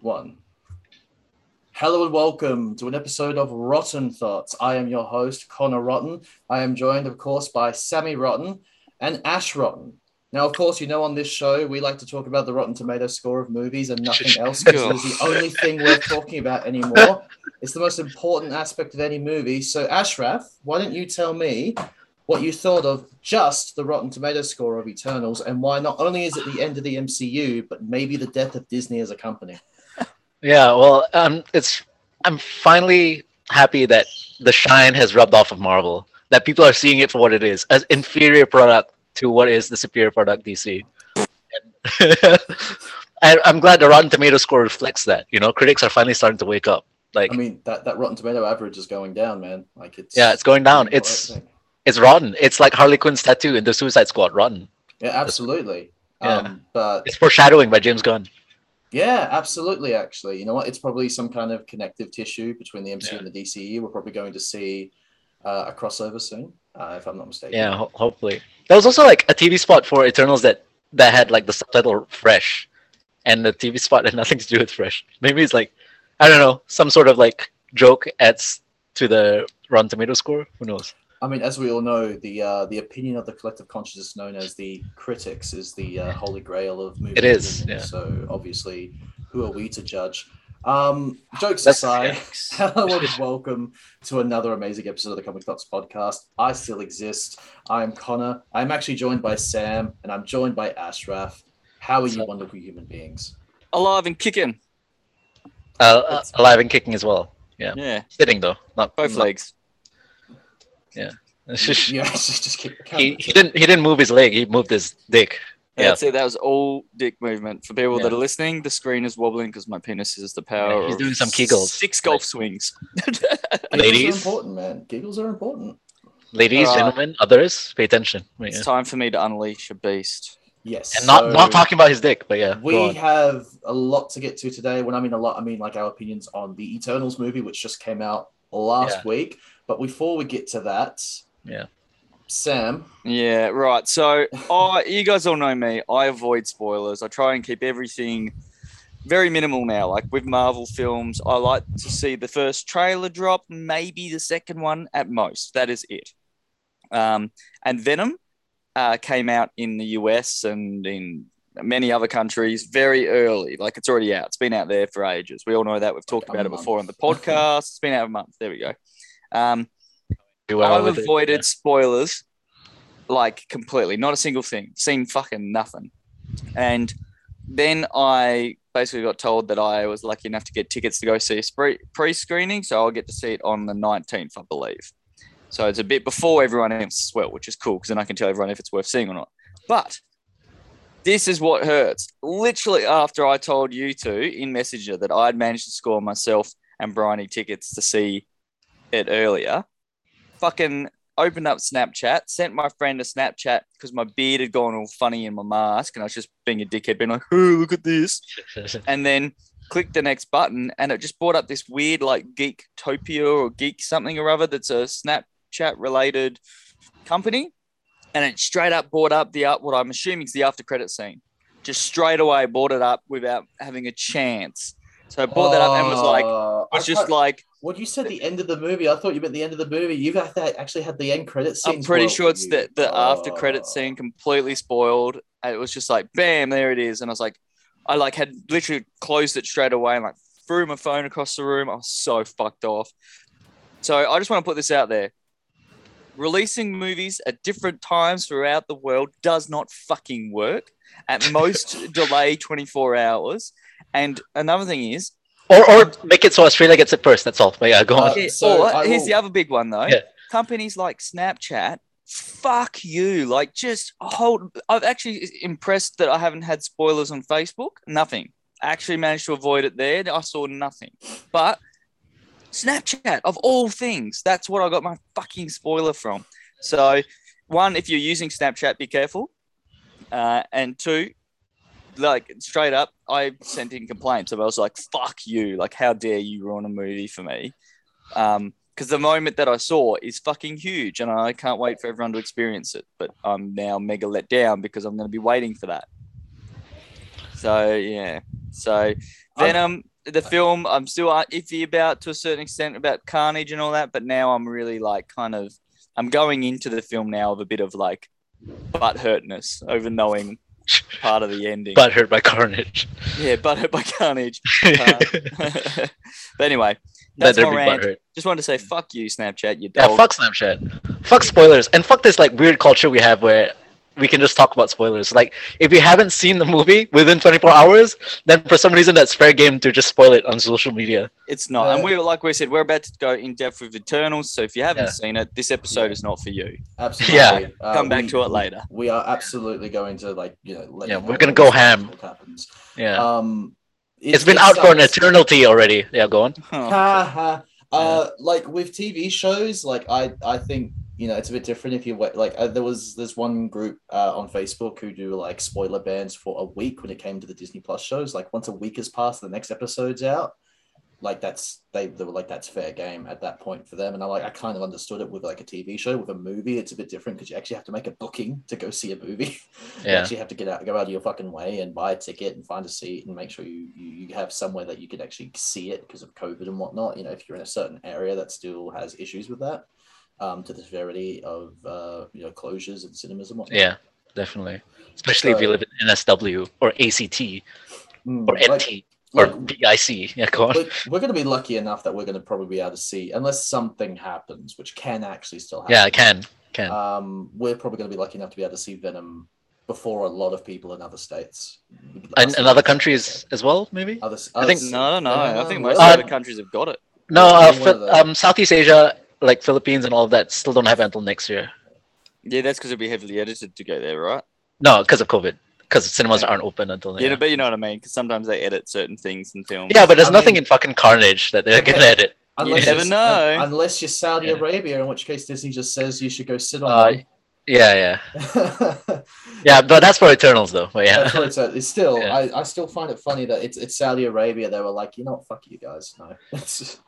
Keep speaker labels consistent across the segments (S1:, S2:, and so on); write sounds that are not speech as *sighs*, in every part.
S1: one. Hello and welcome to an episode of Rotten Thoughts. I am your host, Connor Rotten. I am joined, of course, by Sammy Rotten and Ash Rotten. Now, of course, you know on this show we like to talk about the Rotten Tomato score of movies and nothing else because it is the only thing worth talking about anymore. It's the most important aspect of any movie. So, Ashraf, why don't you tell me what you thought of just the Rotten Tomato score of Eternals and why not only is it the end of the MCU, but maybe the death of Disney as a company.
S2: Yeah, well, um, it's I'm finally happy that the shine has rubbed off of Marvel. That people are seeing it for what it is, as inferior product to what is the superior product DC. And *laughs* I, I'm glad the Rotten Tomato score reflects that. You know, critics are finally starting to wake up. Like,
S1: I mean, that, that Rotten Tomato average is going down, man. Like it's
S2: yeah, it's going down. It's it's rotten. It's like Harley Quinn's tattoo in the Suicide Squad, rotten.
S1: yeah, absolutely.
S2: Yeah.
S1: Um, but
S2: It's foreshadowing by James Gunn.
S1: yeah, absolutely. Actually, you know what? It's probably some kind of connective tissue between the MCU and the DCU. We're probably going to see uh, a crossover soon, uh, if I'm not mistaken.
S2: Yeah, ho- hopefully. There was also like a TV spot for Eternals that that had like the subtitle Fresh, and the TV spot had *laughs* nothing to do with Fresh. Maybe it's like I don't know some sort of like joke adds to the Rotten Tomato score. Who knows?
S1: I mean, as we all know, the uh, the opinion of the collective consciousness known as the critics is the uh, holy grail of movies.
S2: It is,
S1: isn't
S2: yeah.
S1: So obviously, who are we to judge? Um, jokes
S2: That's-
S1: aside, *laughs* hello and welcome to another amazing episode of the Comic Thoughts podcast. I still exist. I'm Connor. I'm actually joined by Sam, and I'm joined by Ashraf. How are you,
S2: So-
S1: wonderful human beings?
S3: alive and kicking.
S2: Uh, uh, alive and kicking as well. Yeah.
S3: Yeah,
S2: Sitting though, not
S3: both
S2: not-
S3: legs.
S2: *laughs*
S1: *laughs* You actually just keep
S2: he, he didn't he didn't move his leg. He moved his dick. Yeah.
S3: That's it. That was all dick movement. For people that
S2: Yeah.
S3: are listening, the screen is wobbling because my penis is the power.
S2: Yeah, he's
S3: of
S2: doing some Kegels.
S3: Six golf swings.
S1: Giggles are
S2: Ladies,
S1: important, man. Giggles are important.
S2: ladies,
S3: Uh,
S2: gentlemen, others, pay attention. Wait, yeah.
S3: It's time for me to unleash a beast.
S1: Yes.
S2: And not not
S1: so-
S2: talking about his dick, but
S3: Oh,
S2: yeah. go
S1: We
S2: on.
S1: have a lot to get to today. When I mean a lot, I mean like our opinions on the Eternals movie, which just came out last week. But before we get to that,
S2: Yeah.
S1: Sam,
S3: Yeah, right. So, I you guys all know me. I avoid spoilers. I try and keep everything very minimal now. Like with Marvel films, I like to see the first trailer drop, maybe the second one at most. That is it. Um, and Venom uh, came out in the US and in many other countries very early. Like it's already out. It's been out there for ages. We all know that. We've talked
S1: a
S3: about it
S1: month.
S3: before on the podcast. it's been out a month. There we go. Um,
S2: Do well
S3: I've
S2: with it,
S3: avoided spoilers like completely, not a single thing, seen fucking nothing. And then I basically got told that I was lucky enough to get tickets to go see a pre screening, so I'll get to see it on the 19th, I believe. So it's a bit before everyone else as well, which is cool because then I can tell everyone if it's worth seeing or not. But this is what hurts. Literally, after I told you two in Messenger that I'd managed to score myself and Bryony tickets to see it earlier, fucking opened up Snapchat, sent my friend a Snapchat because my beard had gone all funny in my mask, and I was just being a dickhead, being like, "Oh, look at this!"
S2: yeah.
S3: And then clicked the next button, and it just brought up this weird like Geek Topia or Geek something or other that's a Snapchat related company, and it straight up brought up the up what I'm assuming is the after credit scene. Just straight away brought it up without having a chance. So I brought that up and was like,
S1: Uh, I
S3: was just
S1: can't-
S3: like,
S1: when you said the end of the movie, I thought you meant the end of the movie. You've had that- actually had the end credit scene.
S3: I'm pretty sure it's the, the after
S1: credit
S3: credit scene completely spoiled. And It was just like, bam, there it is. And I was like, I like had literally closed it straight away and like threw my phone across the room. I was so fucked off. So I just want to put this out there. Releasing movies at different times throughout the world does not fucking work. At most, delay 24 hours. And another thing is,
S2: *laughs* Or or make it so Australia gets it first. That's all. But yeah, go on.
S1: Uh,
S3: yeah,
S1: so
S3: or
S1: I
S3: here's
S1: will-
S3: the other big one though.
S2: Yeah.
S3: Companies like Snapchat, fuck you. Like just hold. I've actually impressed that I haven't had spoilers on Facebook. Nothing. I actually managed to avoid it there. I saw nothing. But Snapchat of all things, that's what I got my fucking spoiler from. So, one, if you're using Snapchat, be careful. Uh, and two, like straight up, I sent in complaints. I was like, "Fuck you! Like, how dare you ruin a movie for me?" Um, because the moment that I saw is fucking huge, and I can't wait for everyone to experience it. But I'm now mega let down because I'm going to be waiting for that. So yeah, so Venom um, the film I'm still uh, iffy about to a certain extent about Carnage and all that, but now I'm really like kind of I'm going into the film now of a bit of like butt hurtness over knowing part of the ending.
S2: But hurt
S1: *laughs*
S2: by Carnage.
S3: yeah, butt *laughs* hurt by Carnage.
S2: *laughs*
S3: Uh, *laughs* but anyway, that's
S2: Better
S3: my
S2: be
S3: rant.
S2: butthurt.
S3: Just wanted to say fuck you, Snapchat. You
S2: Yeah,
S3: dog.
S2: fuck Snapchat. Fuck spoilers. And fuck this like weird culture we have where we can just talk about spoilers. Like if you haven't seen the movie within 24 hours, then for some reason that's fair game to just spoil it on social media.
S3: It's not. and
S1: Uh,
S3: we were like we said, we're about to go in depth with Eternals. So if you haven't
S2: Yeah.
S3: seen it, this episode is not for you.
S1: Absolutely.
S2: Yeah.
S1: Uh,
S3: Come back
S1: we-
S3: to it later.
S2: *laughs*
S1: We are absolutely going to like you know. Let
S2: Yeah,
S1: you know
S2: we're gonna
S1: when
S2: go
S1: this
S2: ham.
S1: actual Happens.
S2: Yeah.
S1: Um, it-
S2: it's been
S1: it
S2: out for an
S1: sucks.
S2: eternity already. Yeah, go on.
S3: Oh,
S1: Ha, ha. Uh, like with TV shows, like I, I think you know it's a bit different if you wait. Like uh, there was this one group uh, on Facebook who do like spoiler bans for a week when it came to the Disney Plus shows. Like once a week has passed, the next episode's out. Like that's they, they were like that's fair game at that point for them. And I like I kind of understood it with like a TV show with a movie. It's a bit different because you actually have to make a booking to go see a movie. *laughs* You
S2: Yeah.
S1: actually have to get out, go out of your fucking way and buy a ticket and find a seat and make sure you you, you have somewhere that you can actually see it because of COVID and whatnot. You know, if you're in a certain area that still has issues with that, um, to the severity of uh, you know closures and cinemas and whatnot.
S2: Yeah, definitely. Especially if you
S1: So-
S2: live in NSW or ACT
S1: Mm,
S2: or NT
S1: Uh, like-
S2: or
S1: like,
S2: BIC. Yeah, go on.
S1: we're, we're going to be lucky enough that we're going to probably be able to see, unless something happens, which can actually still happen.
S2: Yeah, I can. Can.
S1: Um, we're probably going to be lucky enough to be able to see Venom before a lot of people in other states.
S2: and, and other countries as well, maybe?
S1: Other,
S2: I think-
S3: no, no, no. I think most
S2: Uh,
S3: other countries have got it.
S2: No,
S1: Yeah,
S2: uh,
S1: one
S2: Fi-
S1: of the-
S2: um, Southeast Asia, like Philippines and all of that, still don't have it until next year.
S3: Yeah, that's because it'll be heavily edited to go there, right?
S2: No, because of COVID. Because cinemas aren't open until
S3: Yeah,
S2: yeah.
S3: but you know what I mean. Because sometimes they edit certain things in films.
S2: Yeah, but there's
S1: I
S2: nothing
S1: mean-
S2: in fucking Carnage that they're gonna edit.
S1: Unless
S2: You
S1: you're-
S3: never know.
S1: un- unless you're Saudi
S2: Yeah.
S1: Arabia, in which case Disney just says you should go sit on. *laughs*
S2: Uh,
S1: one.
S2: yeah, yeah, yeah. But that's for Eternals though. But yeah,
S1: That's what it's, uh, it's still.
S2: Yeah.
S1: I, I still find it funny that it's it's Saudi Arabia. They were like, you know what, fuck you guys. No, *laughs* it's just-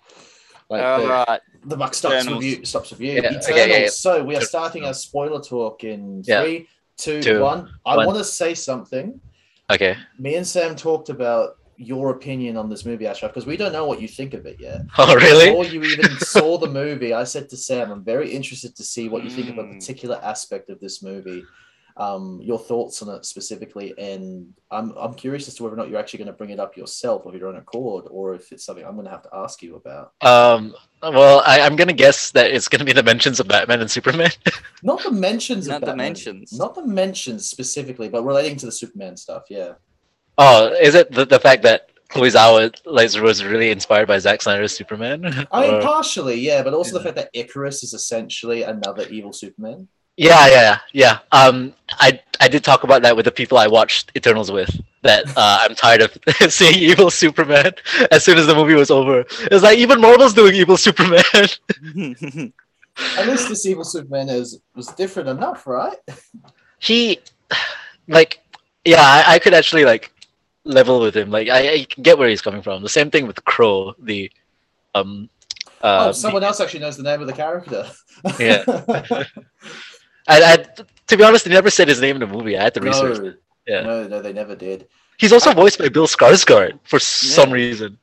S1: like
S3: All
S1: the,
S3: right.
S1: the buck stops with
S3: Eternals.
S1: you. Stops with you.
S2: Uh, Yeah,
S1: Eternals.
S2: okay, yeah, yeah.
S1: So we are starting our spoiler talk in
S2: Yeah.
S1: three, two, one.
S2: Two,
S1: I
S2: one.
S1: want to say something.
S2: *laughs* okay.
S1: Me and Sam talked about your opinion on this movie, Ashraf, because we don't know what you think of it yet.
S2: Oh really?
S1: Before you
S3: *laughs*
S1: even saw the movie, I said to Sam, I'm very interested to see what you think of a
S3: Mm.
S1: particular aspect of this movie, um, your thoughts on it specifically, and I'm, I'm curious as to whether or not you're actually going to bring it up yourself of your own accord, or if it's something I'm going to have to ask you about.
S2: Um, well, I, I'm gonna guess that it's gonna be the mentions of Batman and Superman. *laughs*
S1: Not the mentions, of
S3: Not the
S1: Batman.
S3: mentions. *laughs*
S1: not the mentions specifically, but relating to the Superman stuff. Yeah,
S2: oh, is it the, the fact that Chloe Zhao like was really inspired by Zack Snyder's Superman?
S1: I mean
S2: *laughs* Or-
S1: partially, yeah, but also the fact that Icarus is essentially another evil Superman.
S2: Yeah, yeah, yeah. Um, I I did talk about that with the people I watched Eternals with. That uh, I'm tired of *laughs* seeing evil Superman as soon as the movie was over. It's like even Marvel's doing evil Superman. *laughs*
S1: At least this evil Superman is was different enough, right?
S2: he, like, yeah, I, I could actually like level with him. Like, I, I can get where he's coming from. The same thing with Crow. The, um, uh,
S1: oh, someone else actually knows the name of the character. *laughs*
S2: Yeah. I, I, to be honest, they never said his name in the movie. I had to research.
S1: No,
S2: Yeah.
S1: no, no, they never did.
S2: He's also voiced by Bill Skarsgård for some reason.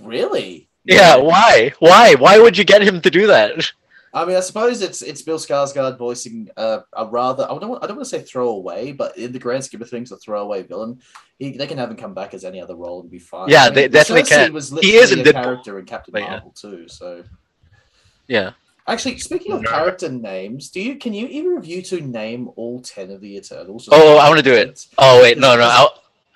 S1: Really?
S2: Yeah, why? Why? Why would you get him to do that?
S1: I mean, I suppose it's it's Bill Skarsgård voicing a, a rather I don't want, I don't want to say throwaway, but in the grand scheme of things, a throwaway villain. He, they can have him come back as any other role and be fine.
S2: Yeah,
S1: I mean,
S2: they definitely
S1: Cersei
S2: can.
S1: Was
S2: He is
S1: literally
S2: in
S1: a
S2: Deadpool.
S1: character in Captain
S2: But yeah.
S1: Marvel too. So
S2: Yeah.
S1: actually, speaking of
S2: No.
S1: character names, do you can you either of you two name all ten of the Eternals?
S2: Oh, I wanna do it. Oh wait, *laughs* no, no, I,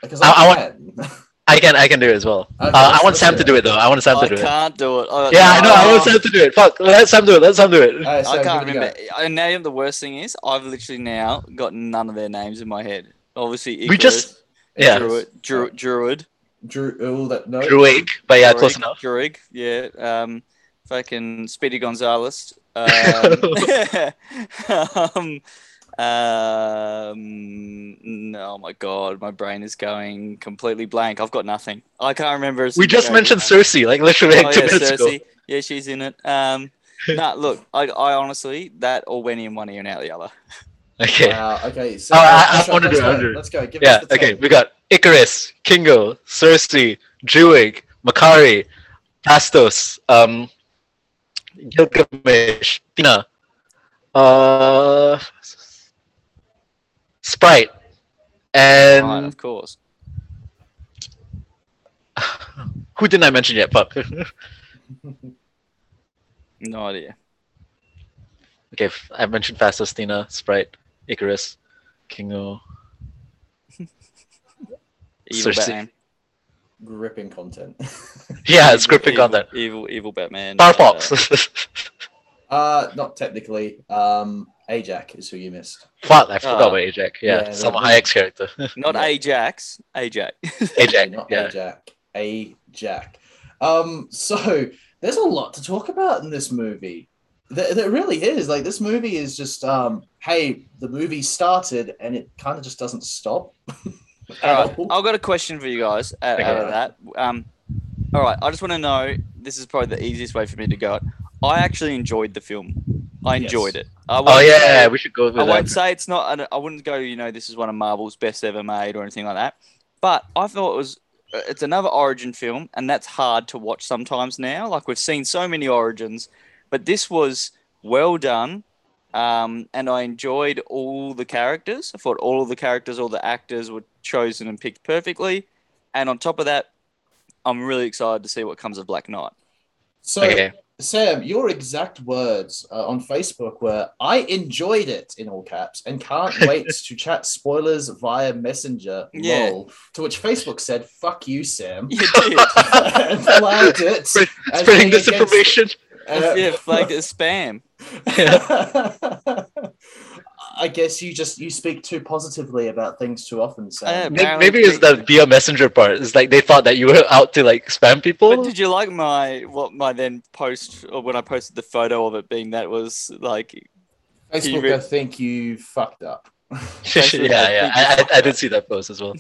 S1: Because I,
S2: I- I want-
S1: can. *laughs*
S2: I can, I can do it as well.
S1: Okay,
S2: Uh, I
S1: let's-
S2: want
S1: let's
S2: Sam to do it though. I want Sam
S3: I
S2: to do it.
S3: can't do it. Oh,
S2: Yeah, I know. I want
S3: no.
S2: Sam to do it. Fuck, let Sam do it. Let Sam do it.
S1: All right,
S3: I
S1: Sam,
S3: can't
S1: give it a go.
S3: remember. And now the worst thing is, I've literally now got none of their names in my head. Obviously, Icarus,
S2: We just- yeah.
S3: Druid, Dru- Druid,
S1: Drew. Oh, that no.
S2: Druig, but yeah, close
S3: Druig-
S2: enough.
S3: Druig, yeah. Um, fucking
S2: *laughs*
S3: Speedy Gonzalez. Um, *laughs* um, um, n- oh my god, my brain is going completely blank. I've got nothing. I can't remember. a
S2: We
S3: single
S2: just
S3: name.
S2: mentioned Cersei like literally
S3: Oh,
S2: like two
S3: yeah,
S2: minutes ago.
S3: Cersei. Yeah, she's in it. Um, nah, look, I, I honestly, that all went in one ear and out the other.
S2: Okay.
S1: Wow. Uh, Okay. So
S2: Oh, I- I
S1: let's go,
S2: wanted
S1: let's
S2: to
S1: go,
S2: do it.
S1: Let's go. Give
S2: Yeah.
S1: us the
S2: Okay.
S1: top.
S2: We got Icarus, Kingo, Cersei, Druig, Makari, Pastos, um, Gilgamesh, Tina, uh, Sprite, and
S3: Right, of course.
S2: who didn't I mention yet? Fuck. *laughs*
S3: No idea.
S2: Okay, f- I mentioned Fastos, Tina, Sprite, Icarus, Kingo.
S3: Evil
S2: Cersei.
S3: Batman.
S1: Gripping content.
S2: *laughs*
S1: *laughs*
S2: Yeah,
S3: Evil-
S2: scripting
S3: evil-
S2: content.
S3: Evil, evil Batman.
S2: Star
S3: uh,
S2: Fox. *laughs*
S1: uh, not technically. Um, Ajax is who you missed.
S2: Fuck, I forgot
S3: Ah.
S2: about Ajax. Yeah,
S1: Yeah,
S2: some
S1: that-
S2: Hayek's character.
S3: Not
S1: Yeah.
S3: Ajax. Ajax.
S2: Ajax.
S1: not
S2: Yeah.
S1: Ajax. Ajax. Um, so there's a lot to talk about in this movie. There, there really is. Like this movie is just, um, hey, the movie started and it kind of just doesn't stop. *laughs*
S3: All right,
S1: Ow.
S3: I've got a question for you guys uh,
S2: Okay.
S3: out of that. Um, all right, I just want to know. This is probably the easiest way for me to go. It. I actually enjoyed the film. I
S1: Yes.
S3: enjoyed it. I
S2: Oh
S3: won't
S2: yeah,
S3: say-
S2: we should go with
S3: I won't
S2: that.
S3: say it's not. I don't- I wouldn't go. You know, this is one of Marvel's best ever made or anything like that. But I thought it was. uh, It's another origin film, and that's hard to watch sometimes now. Like we've seen so many origins, but this was well done. Um, and I enjoyed all the characters. I thought all of the characters, all the actors were chosen and picked perfectly. And on top of that, I'm really excited to see what comes of Black Knight. *laughs*
S1: So
S2: Okay.
S1: Sam, your exact words uh, on Facebook were, I enjoyed it in all caps and can't wait to chat spoilers via Messenger.
S3: Yeah.
S1: Lol. To which Facebook said, fuck you,
S3: *laughs*
S1: Sam.
S3: You did.
S1: *laughs* and flagged it. as
S2: *laughs* Spreading
S1: being against-
S2: disinformation.
S1: uh,
S3: yeah, flagged as spam.
S1: *laughs* I guess you just you speak too positively about things too often, Sam.
S3: Uh,
S2: May-
S3: apparently
S2: Maybe it's
S3: they-
S2: the be a messenger part. It's like they thought that you were out to like spam
S3: But
S2: people.
S3: did you like my what my then post or when I posted the photo of it being that was like
S1: Facebook,
S3: you-
S1: I think you fucked up.
S2: *laughs* yeah, yeah. I, I, I did see that post as well.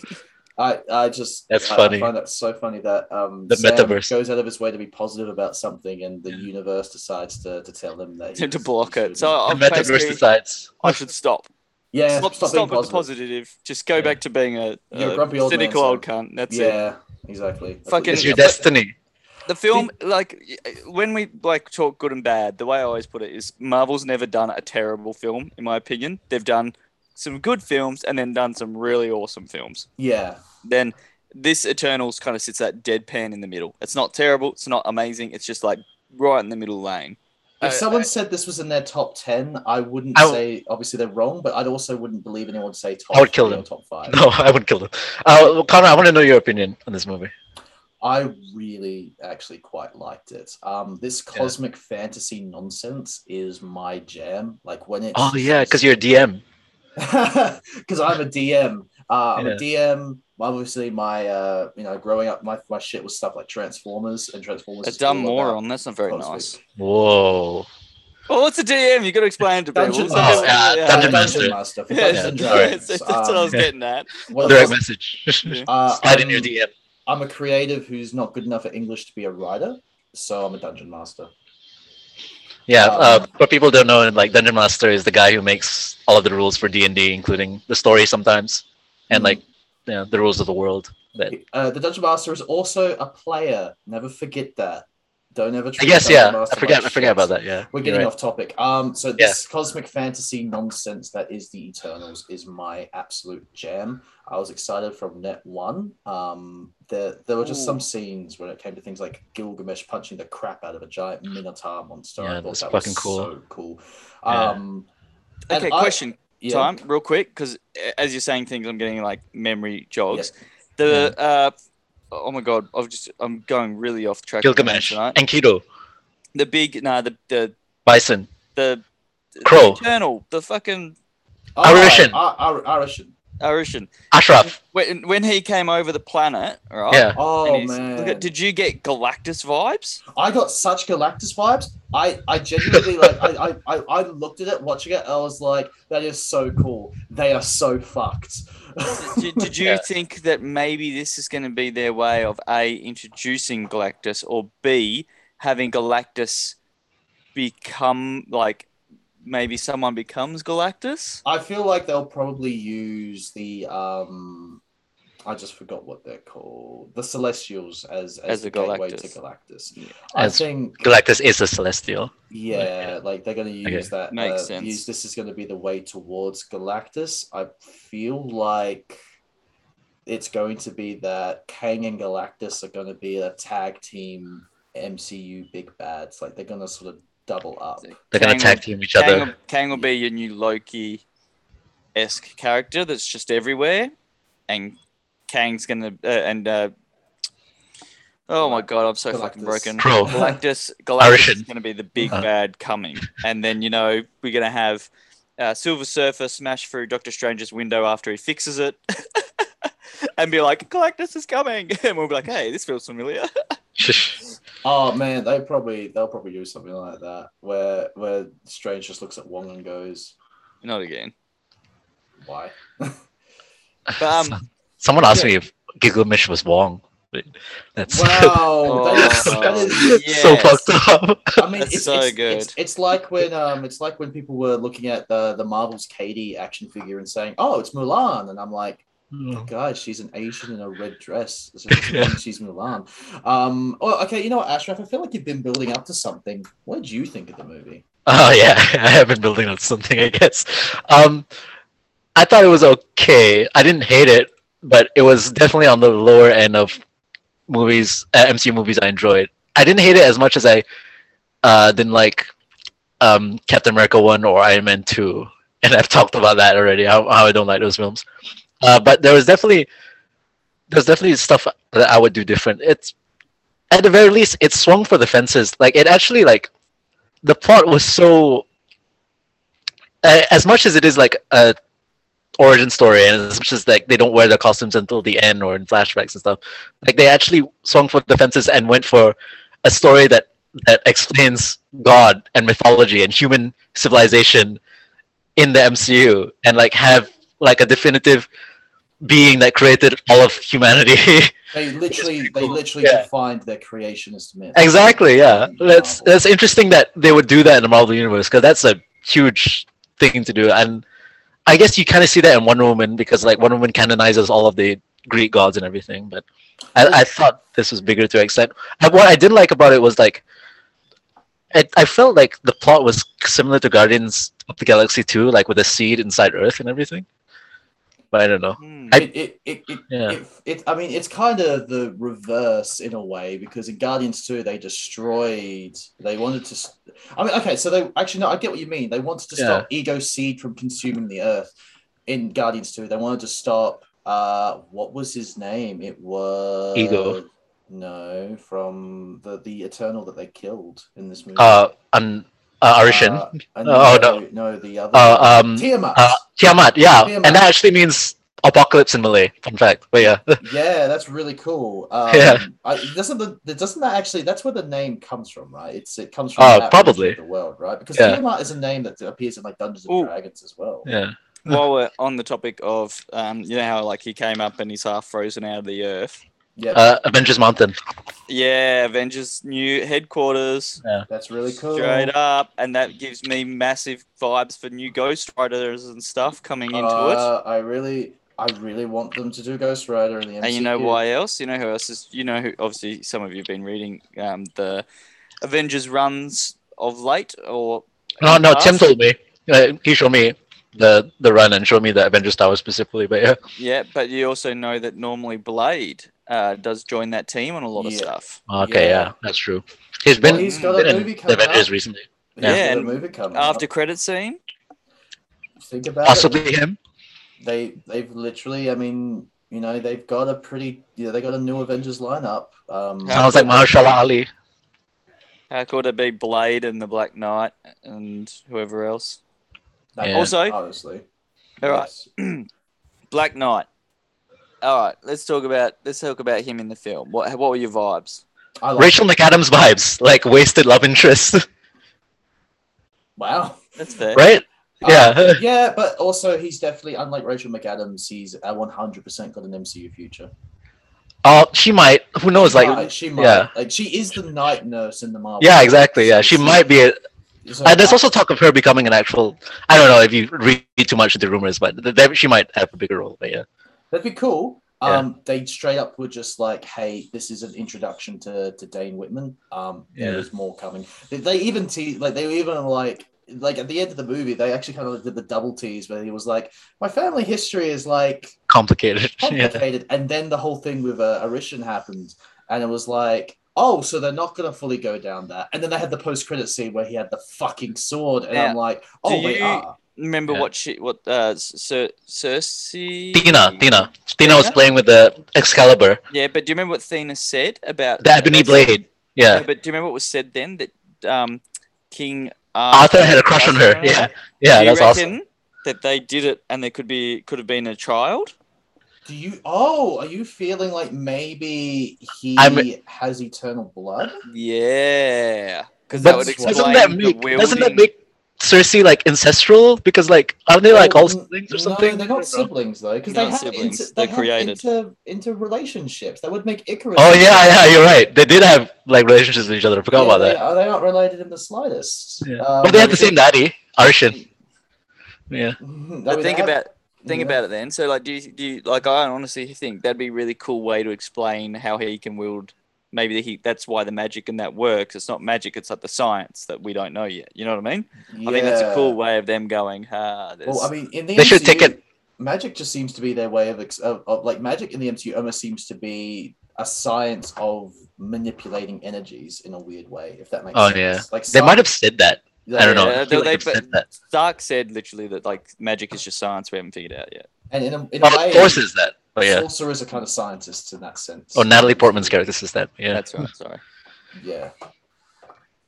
S1: I, I just
S2: That's
S1: I,
S2: funny.
S1: I find that so funny that um
S2: The
S1: Sam
S2: metaverse.
S1: goes out of his way to be positive about something, and the universe decides to, to tell him that he-
S3: *laughs* to block
S1: he
S3: it? So
S1: shouldn't.
S3: I
S2: The metaverse
S3: basically-
S2: decides.
S3: I should stop.
S1: yeah,
S3: stop
S1: stop,
S3: stop,
S1: being
S3: with the
S1: positive.
S3: positive. Just go
S1: Yeah.
S3: back to being a,
S1: You're a
S3: a
S1: grumpy old man,
S3: cynical
S1: Sam.
S3: old cunt. That's it.
S1: yeah, exactly. That's what
S3: Fucking-
S1: you
S2: It's your
S1: get.
S2: destiny. *laughs*
S3: The film, like uh, when we like talk good and bad, the way I always put it is Marvel's never done a terrible film, in my opinion. They've done some good films and then done some really awesome films.
S1: Yeah,
S3: Then this Eternals kind of sits that deadpan in the middle. It's not terrible. It's not amazing. It's just like right in the middle lane.
S1: If
S2: I-
S1: someone said this was in their top ten, I wouldn't
S2: I w-
S1: say. Obviously, they're wrong, but I'd also wouldn't believe anyone to say top.
S2: I would kill
S1: three
S2: them.
S1: Or top five.
S2: No, I would kill them. Uh, well, Connor, I want to know your opinion on this movie.
S1: I really, actually, quite liked it. Um, this
S2: Yeah.
S1: cosmic fantasy nonsense is my jam. Like when it's
S2: Oh yeah, because you're a DM.
S1: *laughs* because I'm a DM. Uh, I'm a DM. Obviously, my uh, you know, growing up, my, my shit was stuff like Transformers and Transformers.
S3: A
S1: is
S3: dumb
S1: all about
S3: moron. That's not very
S1: cosmic-
S3: nice.
S2: Whoa.
S3: Well, what's a DM? You got to explain it to people.
S1: Dungeon
S3: Some people-
S1: Master.
S2: yeah,
S1: Uh,
S2: Dungeon Master.
S1: Master. *laughs* for
S3: Yeah,
S1: Dungeons
S2: Yeah,
S1: and
S3: *laughs*
S2: sorry.
S1: Dragons.
S3: that's, that's what I was
S1: Um,
S3: getting at.
S1: what
S2: Direct
S1: was-
S2: message. *laughs*
S1: uh,
S2: Slide in your
S3: um,
S1: I'm-
S2: DM.
S1: I'm a creative who's not good enough at English to be a writer, so I'm a dungeon master.
S2: Yeah,
S1: Um,
S2: uh, for people who don't know, like Dungeon Master is the guy who makes all of the rules for D and D, including the story sometimes, and
S3: Mm-hmm.
S1: Mhm.
S2: like you know, the rules of the world. That
S1: Uh, the dungeon master is also a player. Never forget that. Don't ever.
S2: I
S1: Treat
S2: guess,
S1: the dungeon
S2: yeah, I
S1: master
S2: forget,
S1: like
S2: I
S1: shit.
S2: forget about that. Yeah,
S1: We're
S2: you're
S1: getting
S2: right.
S1: off topic. Um, so this cosmic fantasy nonsense that is the Eternals is my absolute jam. I was excited from net one. Um, there there were just
S3: Ooh.
S1: some scenes when it came to things like Gilgamesh punching the crap out of a giant minotaur monster.
S2: Yeah,
S1: I thought
S2: that's
S1: that
S2: fucking
S1: was
S2: cool.
S1: so cool.
S2: Yeah.
S1: Um, and
S3: Okay,
S1: I-
S3: question
S1: yeah.
S3: time, real quick, because as you're saying things, I'm getting like memory jogs. The uh, oh my god, I've just I'm going really off track. with my
S2: Gilgamesh,
S3: names tonight.
S2: Enkidu,
S3: The big, nah, the the
S2: Bison,
S3: the
S2: Crow.
S3: the Eternal, the fucking
S1: Oh, all right,
S2: Arishan.
S1: Ar- Ar- Arishan.
S3: Arishan.
S2: Ashraf.
S3: When when he came over the planet, all right.
S2: Yeah,
S1: Oh
S3: and he's-
S1: man,
S3: look at- did you get Galactus vibes?
S1: I got such Galactus vibes. I, I genuinely like. I, I, I, I looked at it, watching it. I was like, that is so cool. They are so fucked.
S3: Did,
S1: *laughs*
S3: did you
S2: Yeah.
S3: think that maybe this is going to be their way of a introducing Galactus or b having Galactus become like maybe someone becomes Galactus?
S1: I feel like they'll probably use the um I just forgot what they're called. The Celestials as as,
S3: As
S1: the
S3: the
S1: gateway to
S3: Galactus.
S1: Galactus.
S3: Yeah.
S1: I
S2: As-
S1: think
S2: Galactus is a celestial.
S1: yeah, like they're gonna use that.
S3: Makes
S1: uh,
S3: sense.
S1: Use this is gonna be the way towards Galactus. I feel like it's going to be that Kang and Galactus are gonna be a tag team MCU big bads. Like they're gonna sort of double up.
S2: They're gonna
S3: Kang-
S2: tag team each
S3: Kang,
S2: other.
S3: will- Kang will be your new Loki esque character that's just everywhere, and Kang's gonna uh, and uh, oh my god, I'm so fucking
S1: Galactus.
S3: broken.
S2: Crow.
S1: *laughs*
S3: Galactus, Galactus
S2: Irishan.
S3: is gonna be the big
S2: Uh-huh.
S3: bad coming, and then you know we're gonna have uh, Silver Surfer smash through Doctor Strange's window after he fixes it. *laughs* And be like, Galactus is coming, *laughs* and we'll be like, "Hey, this feels familiar." *laughs*
S1: Oh man, they probably they'll probably do something like that where where Strange just looks at Wong and goes,
S3: Not again.
S1: Why?
S3: But um,
S2: Someone asked me if Gilgamesh was Wong.
S1: *laughs*
S2: That's *laughs*
S1: Wow, that is,
S3: Oh,
S1: that is
S2: so
S3: yes.
S1: *laughs*
S2: fucked up.
S1: I mean,
S3: *laughs* That's
S1: it's,
S3: so
S1: it's,
S3: good.
S1: It's, it's like when um, it's like when people were looking at the the Marvel's Katie action figure and saying, "Oh, it's Mulan," and I'm like, "Guys, she's an Asian in a red
S2: *laughs*
S1: dress. This is-
S2: Mm. Yeah.
S1: She's Mulan." Um, oh, okay. You know what, Ashraf? I feel like you've been building up to something. What did you think of the movie?
S2: Oh *laughs* yeah, I have been building on something, I guess. Um, I thought it was okay. I didn't hate it, but it was definitely on the lower end of movies, uh, MCU movies I enjoyed. I didn't hate it as much as I uh, didn't like um, Captain America one or Iron Man two, *laughs* and I've talked about that already. How, how I don't like those films, uh, but there was definitely there's definitely stuff that I would do different. It's at the very least, it swung for the fences. Like it actually like the plot was so a- as much as it is like a origin story and as much as like they don't wear their costumes until the end or in flashbacks and stuff like they actually swung for the fences and went for a story that that explains god and mythology and human civilization in the mcu and like have like a definitive being that created all of humanity *laughs*
S1: They literally, they
S2: cool.
S1: literally
S2: Yeah.
S1: defined their creationist myth.
S2: Exactly. Yeah.
S1: In
S2: That's
S1: Marvel.
S2: that's interesting that they would do that in the Marvel universe because that's a huge thing to do, and I guess you kind of see that in Wonder Woman because like Wonder Woman canonizes all of the Greek gods and everything. But I, I thought this was bigger to an extent. And what I did like about it was like. I I felt like the plot was similar to Guardians of the Galaxy 2, like with a seed inside Earth and everything. But I don't know.
S3: hmm,
S2: I-
S1: it, it, it, it,
S2: Yeah.
S1: it, it, I mean, it's kind of the reverse in a way because in Guardians 2, they destroyed, they wanted to. s- I mean, okay, so they actually, no, I get what you mean. They wanted to stop Ego Seed from consuming the earth in Guardians 2. They wanted to stop, uh, what was his name? It was
S2: Ego.
S1: No, from the, the Eternal that they killed in this movie.
S2: Uh, un, uh Arishan.
S1: Uh, and
S2: Oh,
S1: no, no. the other.
S2: Uh, um,
S1: Tiamat.
S2: uh, Tiamat, yeah.
S1: Tiamat.
S2: And that actually means apocalypse in Malay. Fun fact. But yeah.
S1: Yeah, that's really
S2: *laughs*
S1: cool. Um,
S2: Yeah.
S1: I, doesn't the the- doesn't that actually that's where the name comes from, right? It's it comes from
S2: Oh,
S1: that
S2: probably.
S1: region of the world, right? Because
S2: Yeah.
S1: Tiamat is a name that appears in like Dungeons and
S3: Ooh.
S1: Dragons as well.
S2: Yeah.
S3: While we're on the topic of, um, you know how like he came up and he's half frozen out of the earth.
S1: Yeah,
S2: *laughs* Uh, Avengers Mountain.
S3: Yeah, Avengers new headquarters.
S1: that's really cool.
S3: Straight up, and that gives me massive vibes for new Ghost Riders and stuff coming into it.
S1: Uh, I really, I really want them to do Ghost Rider in the MCU.
S3: And you know why else? You know who else is? You know who? Obviously, some of you've been reading um, the Avengers runs of late, or
S2: No, no, Tim
S3: Awesome.
S2: told me. Uh, he showed me the the run and showed me the Avengers Tower specifically. But yeah.
S3: yeah. But you also know that normally Blade uh, does join that team on a lot of
S1: Yeah.
S3: stuff.
S2: Okay,
S1: Yeah.
S2: yeah. that's true. He's been,
S1: Well, he's got a
S2: been
S1: movie
S2: in the
S1: coming
S2: Avengers
S1: up.
S2: recently.
S1: He's
S3: Yeah,
S1: got a
S3: and
S1: movie coming
S3: After
S1: after.
S3: credit scene,
S1: Think about it.
S2: Possibly him.
S1: they they've literally i mean you know they've got a pretty yeah they got a new avengers lineup um
S3: Yeah.
S2: Sounds like Mahershala Ali.
S3: How could uh, it be Blade and the Black Knight and whoever else?
S1: that-
S2: Yeah.
S3: Also-
S1: honestly
S3: All right,
S1: yes.
S3: Black Knight. All right, let's talk about let's talk about him in the film. What what were your vibes?
S1: I like
S2: Rachel McAdams vibes, like wasted love interest, *laughs*
S1: wow
S3: That's fair.
S2: right?
S1: Uh,
S2: *laughs* Yeah.
S1: yeah but also he's definitely unlike rachel mcadams he's uh, 100% got an mcu future
S2: Uh, she might. Who knows? Like,
S1: Right, she might
S2: yeah.
S1: like she is the night nurse in the marvel
S2: yeah, exactly. Yeah, she
S1: So-
S2: might be a,
S1: so
S2: Uh, there's
S1: I-
S2: also talk of her becoming an actual. I don't know if you read too much of the rumors, but th- that she might have a bigger role. But yeah,
S1: that'd be cool Um, They straight up were just like, "Hey, this is an introduction to to Dane Whitman." Um,
S2: Yeah.
S1: there's more coming. They, they even te- like they were even like like at the end of the movie, they actually kind of did the double tease where he was like, "My family history is like
S3: *laughs*
S2: Complicated. yeah.
S1: complicated," and then the whole thing with uh, Arishan happened, and it was like. Oh, so they're not gonna fully go down that, and then they had the post-credit scene where he had the fucking sword, and I'm like, oh,
S3: Do
S1: they
S3: you-
S1: are.
S3: Remember
S2: Yeah.
S3: what she what uh Cer- Cersei
S2: Tina, Tina, Tina was
S1: Yeah.
S2: playing with the Excalibur,
S3: Yeah, but do you remember what Thena said about
S2: the ebony
S3: about-
S2: blade.
S3: Yeah,
S2: Yeah,
S3: but do you remember what was said then that um King
S2: Arthur had a crush on her. Yeah, yeah,
S3: do you
S2: that's awesome.
S3: reckon That they did it, and there could be could have been a child.
S1: Do you? Oh, are you feeling like maybe he
S2: I'm-
S1: has eternal blood?
S3: Yeah, because that
S2: But
S3: would
S1: that's-
S3: explain
S2: doesn't that
S3: the
S2: make doesn't that
S3: wielding.
S2: make Cersei like ancestral? Because like, aren't they like
S1: Oh,
S2: all
S3: mm,
S1: n-
S2: siblings
S1: no,
S2: or something?
S1: they're not
S2: I don't know.
S1: siblings though, because
S3: They're
S1: they
S3: not
S1: have
S3: siblings,
S1: Inter,
S3: they're
S1: they have
S3: created.
S1: Inter, interrelationships that would make Icarus.
S2: Oh yeah, yeah, you're right. They did have like relationships with each other. I forgot about
S1: they,
S2: that.
S1: Are they not related in the slightest?
S2: Yeah.
S1: Um,
S2: but they had the same daddy,
S3: Um,
S2: Arshin. Yeah.
S1: I
S3: But
S1: mean, *laughs*
S3: think
S1: they have-
S3: about think
S1: yeah.
S3: about it then. So like, do you do you, like? I honestly think that'd be a really cool way to explain how he can wield. Maybe he that's why the magic in that works. It's not magic. It's like the science that we don't know yet. You know what I mean? I think that's a
S1: Yeah.
S3: cool way of them going. Ah, this.
S1: Well, I mean, in the
S2: They should take
S1: MCU,
S2: it-
S1: Magic just seems to be their way of, ex- of, of like magic in the MCU almost seems to be a science of manipulating energies in a weird way, if that makes
S2: Oh,
S1: sense.
S2: yeah.
S1: like
S2: They might have said that. I don't know.
S3: Yeah,
S2: I feel
S3: they-
S2: like
S3: they-
S2: they've said that.
S3: Stark said literally that like magic is just science we haven't figured out yet.
S1: And in a, in a
S2: Oh,
S1: way,
S2: of course, it's that. Oh yeah.
S1: sorcerers are kind of scientists in that sense.
S2: Oh, Natalie Portman's character says that. Yeah.
S3: That's right. Sorry.
S1: Yeah.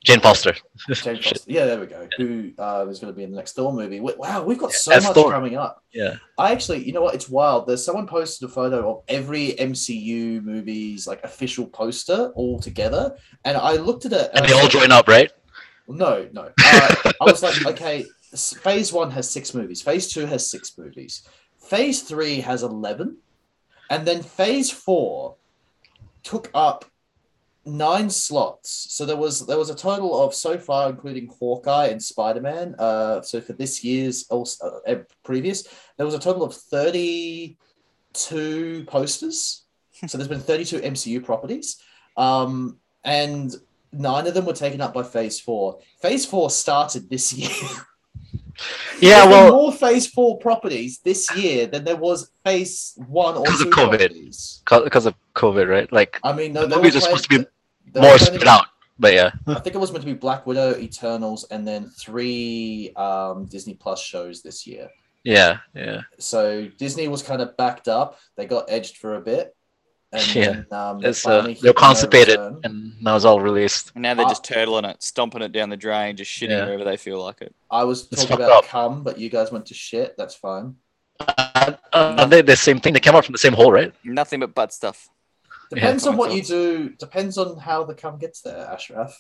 S2: Jane Foster. *laughs*
S1: Jane
S2: Shit.
S1: Foster. Yeah, there we go. Who uh, is going to be in the next Thor movie? Wh- Wow, we've got
S2: Yeah,
S1: so
S2: as
S1: much
S2: Thor.
S1: coming up.
S2: Yeah.
S1: I actually, you know what? It's wild. There's someone posted a photo of every MCU movie's like official poster all together, and I looked at it.
S2: And
S1: I
S2: they all
S1: was like,
S2: join up, right?
S1: No, no. Uh, I was like, okay. s- Phase one has six movies. Phase two has six movies. Phase three has eleven, and then phase four took up nine slots. So there was there was a total of so far, including Hawkeye and Spider Man. Uh, so for this year's also uh, previous, there was a total of thirty two posters. So there's been thirty two MCU properties, um, and nine of them were taken up by Phase Four. Phase Four started this year. *laughs*
S2: Yeah.
S1: There were
S2: Well,
S1: more Phase Four properties this year than there was Phase One or
S2: 'Cause
S1: two
S2: of COVID.
S1: properties.
S2: because of COVID, right? Like
S1: I mean, no, they
S2: the movies
S1: were
S2: are supposed to be
S1: they were
S2: more
S1: planning-
S2: spread out. But yeah.
S1: I think it was meant to be Black Widow, Eternals, and then three um, Disney Plus shows this year.
S2: Yeah. Yeah.
S1: So Disney was kind of backed up. They got edged for a bit. And
S2: Yeah.
S1: then, um, they
S2: It's, uh,
S1: finally hit
S2: they're
S1: their
S2: constipated,
S1: return.
S2: and now it's all released.
S3: And now they're
S1: Uh,
S3: just turtling it, stomping it down the drain, just shitting
S2: Yeah.
S3: wherever they feel like it.
S1: I was
S2: It's
S1: talking
S2: fucked
S1: about
S2: up.
S1: cum, but you guys went to shit. That's fine.
S2: Uh,
S1: Mm-hmm.
S2: are they the same thing? They came out from the same hole, right?
S3: Nothing but butt stuff.
S2: Yeah.
S1: Depends on
S3: Common
S1: what you do. Depends on how the cum gets there, Ashraf.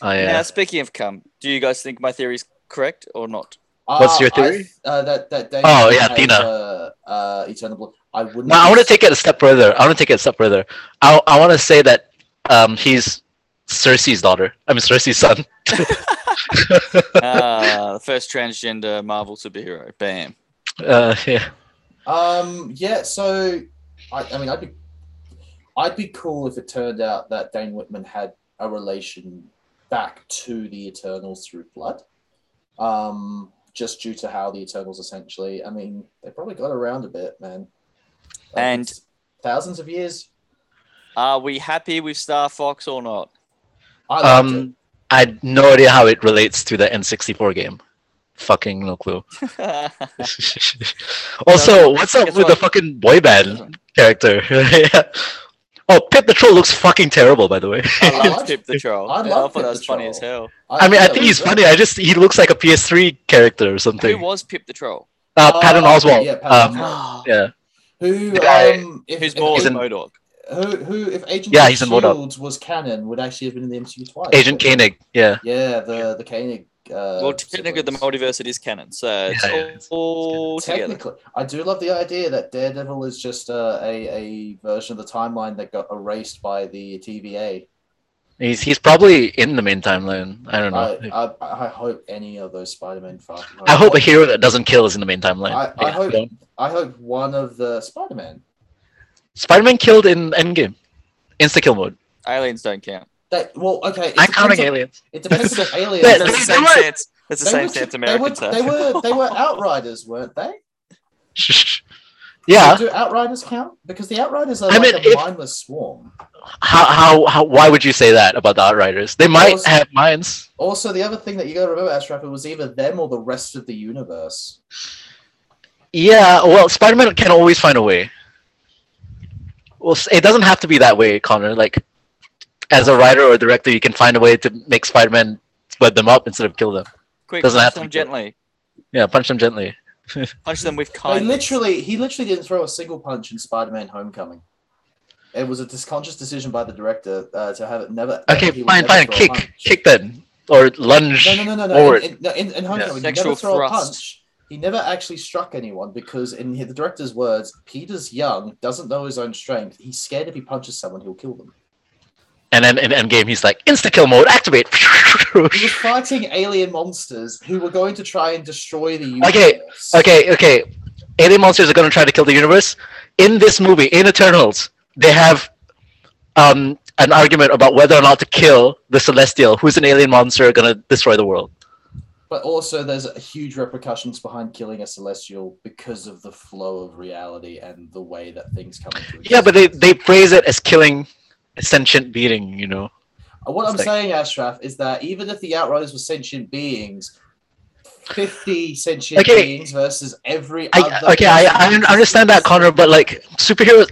S2: Oh yeah.
S3: Now speaking of cum, do you guys think my theory's correct or not?
S2: *laughs* What's
S1: Uh,
S2: your
S1: I-
S2: theory?
S1: uh, that that Daniel
S2: Oh, yeah,
S1: has,
S2: Tina.
S1: Uh, uh, Eternal Blue. I wouldn't.
S2: No, I want to take it a step further. I want to take it a step further. I, I want to say that um, he's Cersei's daughter. I mean, Cersei's son. *laughs*
S3: Ah, the first transgender Marvel superhero. Bam.
S2: Uh, yeah.
S1: Um. Yeah. So, I, I mean, I'd be, I'd be cool if it turned out that Dane Whitman had a relation back to the Eternals through blood. Um. Just due to how the Eternals essentially, I mean, they probably got around a bit, man. Like,
S3: And-
S1: it's thousands of years.
S3: Are we happy with Star Fox or not? *laughs*
S1: I loved it.
S2: Um, I had no idea how it relates to the N64 game. Fucking no
S1: *laughs*
S2: clue. also, what's up
S3: guess
S2: with the
S3: what?
S2: fucking boy band character? *laughs* Yeah. Oh, Pip the Troll looks fucking terrible, by the way.
S3: I
S2: *laughs*
S1: I
S3: love
S1: liked-
S3: Pip the Troll.
S1: I
S3: I,
S1: loved Pip
S3: thought that
S1: the
S3: was funny as hell.
S2: I mean, I
S1: thought
S2: think
S1: it was
S2: he's
S1: great.
S2: funny. I just he looks like a PS3 character or
S3: Who
S2: something.
S3: was Pip the Troll?
S2: *gasps* Uh, Patton
S1: Oh,
S2: Oswald.
S1: yeah, Patton
S2: um,
S1: Oswalt.
S3: Oh,
S2: yeah.
S1: Who
S2: The guy
S1: um, if,
S3: Who's
S1: if
S3: more
S2: He's
S3: than
S2: in-
S3: Modok?
S1: who who if Agent
S2: Yeah,
S1: of
S2: he's in Modok.
S1: Shields was canon would actually have been in the MCU twice.
S2: Agent
S1: wouldn't
S2: Koenig. Yeah.
S1: it? Yeah, the the Koenig. Uh,
S3: well, technically, the
S1: siblings.
S3: multiverse it is canon, so it's
S2: Yeah, yeah,
S3: all,
S2: it's-
S3: together.
S1: Technically, I do love the idea that Daredevil is just uh, a a version of the timeline that got erased by the TVA.
S2: He's he's probably in the main timeline. I don't know.
S1: I, I, I hope any of those Spider-Man. fuck-
S2: I hope a hero that doesn't kill is in the main timeline.
S1: I- I hope-
S2: don't-
S1: I hope one of the Spider-Man.
S2: Spider-Man killed in Endgame, insta kill mode.
S3: Aliens don't count.
S1: That, well, okay. It
S2: I'm counting
S1: depends on-
S2: aliens.
S1: It depends on
S3: That's-
S2: *laughs*
S1: the aliens.
S2: Yeah,
S3: That's the
S2: they-
S3: same
S2: they were-
S3: stance. That's the
S1: They
S3: same
S1: were-
S3: stance
S1: they were,
S3: Americans
S1: they
S3: have.
S1: were
S3: *laughs*
S1: they
S2: *laughs*
S1: were outriders, weren't they?
S2: *laughs* yeah.
S1: Do outriders count? Because the outriders are
S2: I
S1: like
S2: mean,
S1: a
S2: if-
S1: mindless swarm.
S2: How, how how why would you say that about the Outriders? They might
S1: Also-
S2: have minds.
S1: Also, the other thing that you gotta remember, Ashraf, it was either them or the rest of the universe.
S2: Yeah. Well, Spider-Man can always find a way. Well, s- it doesn't have to be that way, Connor. Like, as a writer or director, you can find a way to make Spider-Man web them up instead of kill them.
S3: Quick,
S2: Doesn't
S3: punch
S2: have to
S3: them
S2: be good.
S3: gently.
S2: Yeah, punch them gently.
S3: Punch them with
S1: Like,
S3: kindness.
S1: literally, he literally didn't throw a single punch in Spider-Man: Homecoming. It was a conscious decision by the director uh, to have it never.
S2: Okay,
S1: that he would
S2: fine,
S1: never
S2: fine.
S1: throw a
S2: Kick,
S1: punch.
S2: kick then, or lunge.
S1: No, no, no, no, no.
S2: forward.
S1: In, in, no, in, in Homecoming, he
S3: Sexual
S1: never throw a
S3: thrust.
S1: punch. He never actually struck anyone because, in the director's words, Peter's young, doesn't know his own strength. He's scared if he punches someone, he'll kill them.
S2: And then in Endgame, he's like, insta kill mode, activate.
S1: He was fighting alien monsters who were going to try and destroy the universe.
S2: Okay, okay, okay. Alien monsters are going to try to kill the universe. In this movie, in Eternals, they have um, an argument about whether or not to kill the Celestial, who's an alien monster going to destroy the world.
S1: But also, there's a huge repercussions behind killing a celestial because of the flow of reality and the way that things come into
S2: Yeah, but
S1: existence.
S2: they, they phrase it as killing a sentient being, you know.
S1: What I'm
S2: It's like-
S1: saying, Ashraf, is that even if the Outriders were sentient beings, 50 sentient
S2: Okay.
S1: beings versus every
S2: I,
S1: other.
S2: okay, I,
S1: person
S2: I
S1: in
S2: un- understand that,
S1: existence-
S2: Connor, but like, superheroes,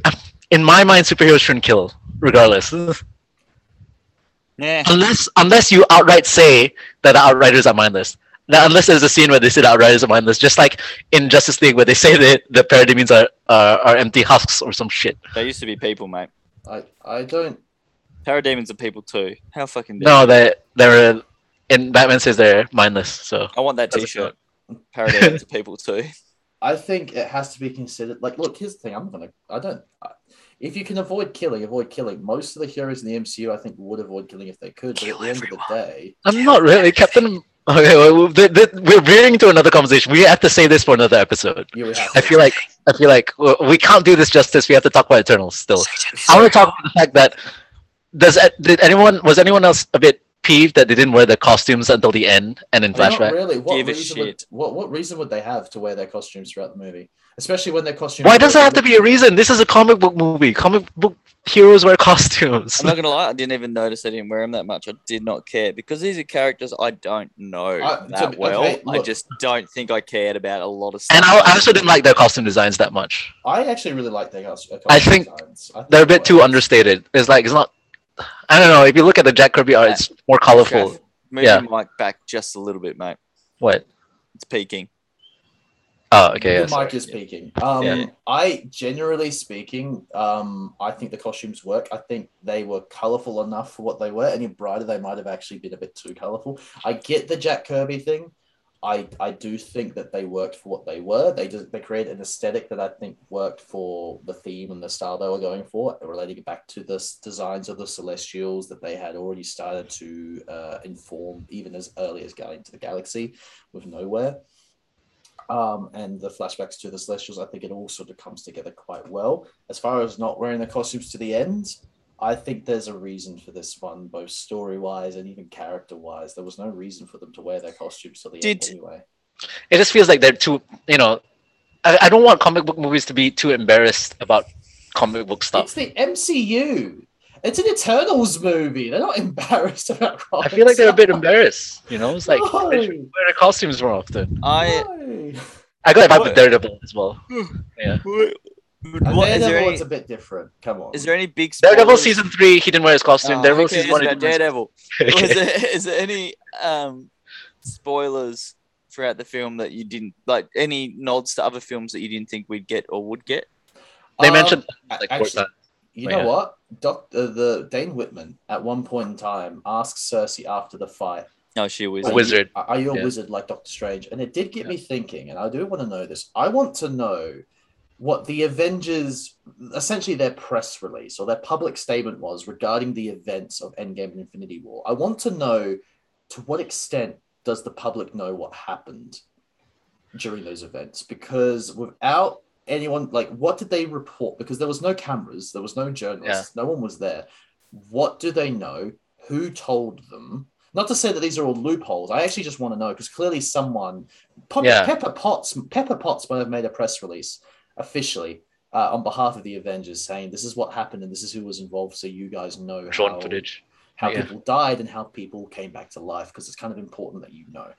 S2: in my mind, superheroes shouldn't kill, regardless.
S3: yeah.
S2: unless unless you outright say that the outriders are mindless. Now, unless there's a scene where they say the outriders are mindless, just like in Justice League where they say that the parademons are, are are empty husks or some shit.
S3: They used to be people, mate.
S1: I, I don't.
S3: Parademons are people too. How fucking dare
S2: No, they they're and Batman says they're mindless. So
S3: I want that
S2: That's a
S3: T-shirt.
S2: *laughs*
S3: Parademons are people too.
S1: I think it has to be considered. Like, look, here's the thing. I'm gonna. I don't. I, if you can avoid killing, avoid killing. Most of the heroes in the MCU, I think, would avoid killing if they could. But
S2: Kill
S1: at the end of the day,
S2: I'm not really Captain. Okay, well, we'll- th- th- we're veering to another conversation. We have to say this for another episode.
S1: you would have.
S2: I
S1: to-
S2: feel like I feel like w- we can't do this justice. We have to talk about Eternals still. I want to talk about the fact that does did anyone was anyone else a bit peeved that they didn't wear their costumes until the end and in
S1: I mean, not
S2: flashback?
S1: really. What
S3: Give a
S1: reason would,
S3: shit.
S1: what what reason would they have to wear their costumes throughout the movie, especially when their costumes?
S2: Why does there have to be a reason? This is a comic book movie. Comic book heroes wear *laughs* costumes.
S3: *laughs* I'm not gonna lie, I didn't even notice they didn't wear them that much. I did not care because these are characters I don't know
S1: I-
S3: that
S1: to-
S3: well.
S1: okay,
S3: I
S1: look.
S3: just don't think I cared about a lot of stuff.
S2: And I, I also didn't like their costume designs that much.
S1: I actually really like their costumes.
S2: I think They're a bit too understated. It's like it's not. I don't know. If you look at the Jack Kirby art, it's more colorful.
S3: Jeff, Move
S2: Yeah.
S3: your mic back just a little bit, mate.
S2: What?
S3: It's peaking.
S2: Oh, okay.
S1: the
S2: Yeah,
S1: mic
S2: sorry.
S1: is peaking. Um,
S2: Yeah.
S1: I generally speaking, um, I think the costumes work. I think they were colorful enough for what they were. Any brighter, they might have actually been a bit too colorful. I get the Jack Kirby thing. I, I do think that they worked for what they were. They just, they created an aesthetic that I think worked for the theme and the style they were going for, relating it back to the s- designs of the Celestials that they had already started to uh, inform even as early as Guardians of the Galaxy with Nowhere um, and the flashbacks to the Celestials, I think it all sort of comes together quite well. As far as not wearing the costumes to the end, I think there's a reason for this one, both story wise and even character wise. There was no reason for them to wear their costumes to the
S3: Did-
S1: end anyway.
S2: it just feels like they're too. You know, I, I don't want comic book movies to be too embarrassed about comic book stuff.
S1: It's the MCU. It's an Eternals movie. They're not embarrassed about.
S2: I feel like they're a bit embarrassed. You know, it's like
S1: No.
S2: they should wear their costumes more often.
S3: I
S1: No.
S2: I got that with
S3: What? Oh.
S2: Daredevil as well.
S1: And
S3: what, is, there
S1: Daredevil,
S3: any,
S1: it's a bit different. Come on.
S3: is there any big
S2: Daredevil
S3: spoilers?
S2: season three, he didn't wear his costume.
S3: Oh,
S2: Daredevil
S3: who cares
S2: season one, he
S3: about
S2: didn't wear his- *laughs* Okay.
S3: Daredevil. is, there, is there any um, spoilers throughout the film that you didn't like? Any nods to other films that you didn't think we'd get or would get?
S2: They
S1: Um,
S2: mentioned
S3: uh,
S1: a-
S2: like
S1: actually-
S2: four times.
S1: You
S2: But
S1: know
S2: yeah.
S1: what? Doctor the Dane Whitman at one point in time asks Cersei after the fight
S3: No, she was
S2: A
S1: Like,
S2: wizard.
S1: Are are you a
S2: Yeah.
S1: wizard like Doctor Strange? And it did get
S2: Yeah.
S1: me thinking, and I do want to know this. I want to know what the Avengers, essentially their press release or their public statement was regarding the events of Endgame and Infinity War. I want to know to what extent does the public know what happened during those events? Because without anyone like what did they report? Because there was no cameras, there was no journalists, no one was there. What do they know? Who told them? Not to say that these are all loopholes. I actually just want to know because clearly someone, Pop-
S2: Yeah.
S1: Pepper Potts, Pepper Potts might have made a press release officially uh, on behalf of the Avengers, saying this is what happened and this is who was involved, so you guys know how-
S2: Short footage.
S1: how
S2: Yeah.
S1: people died and how people came back to life because it's kind of important that you know.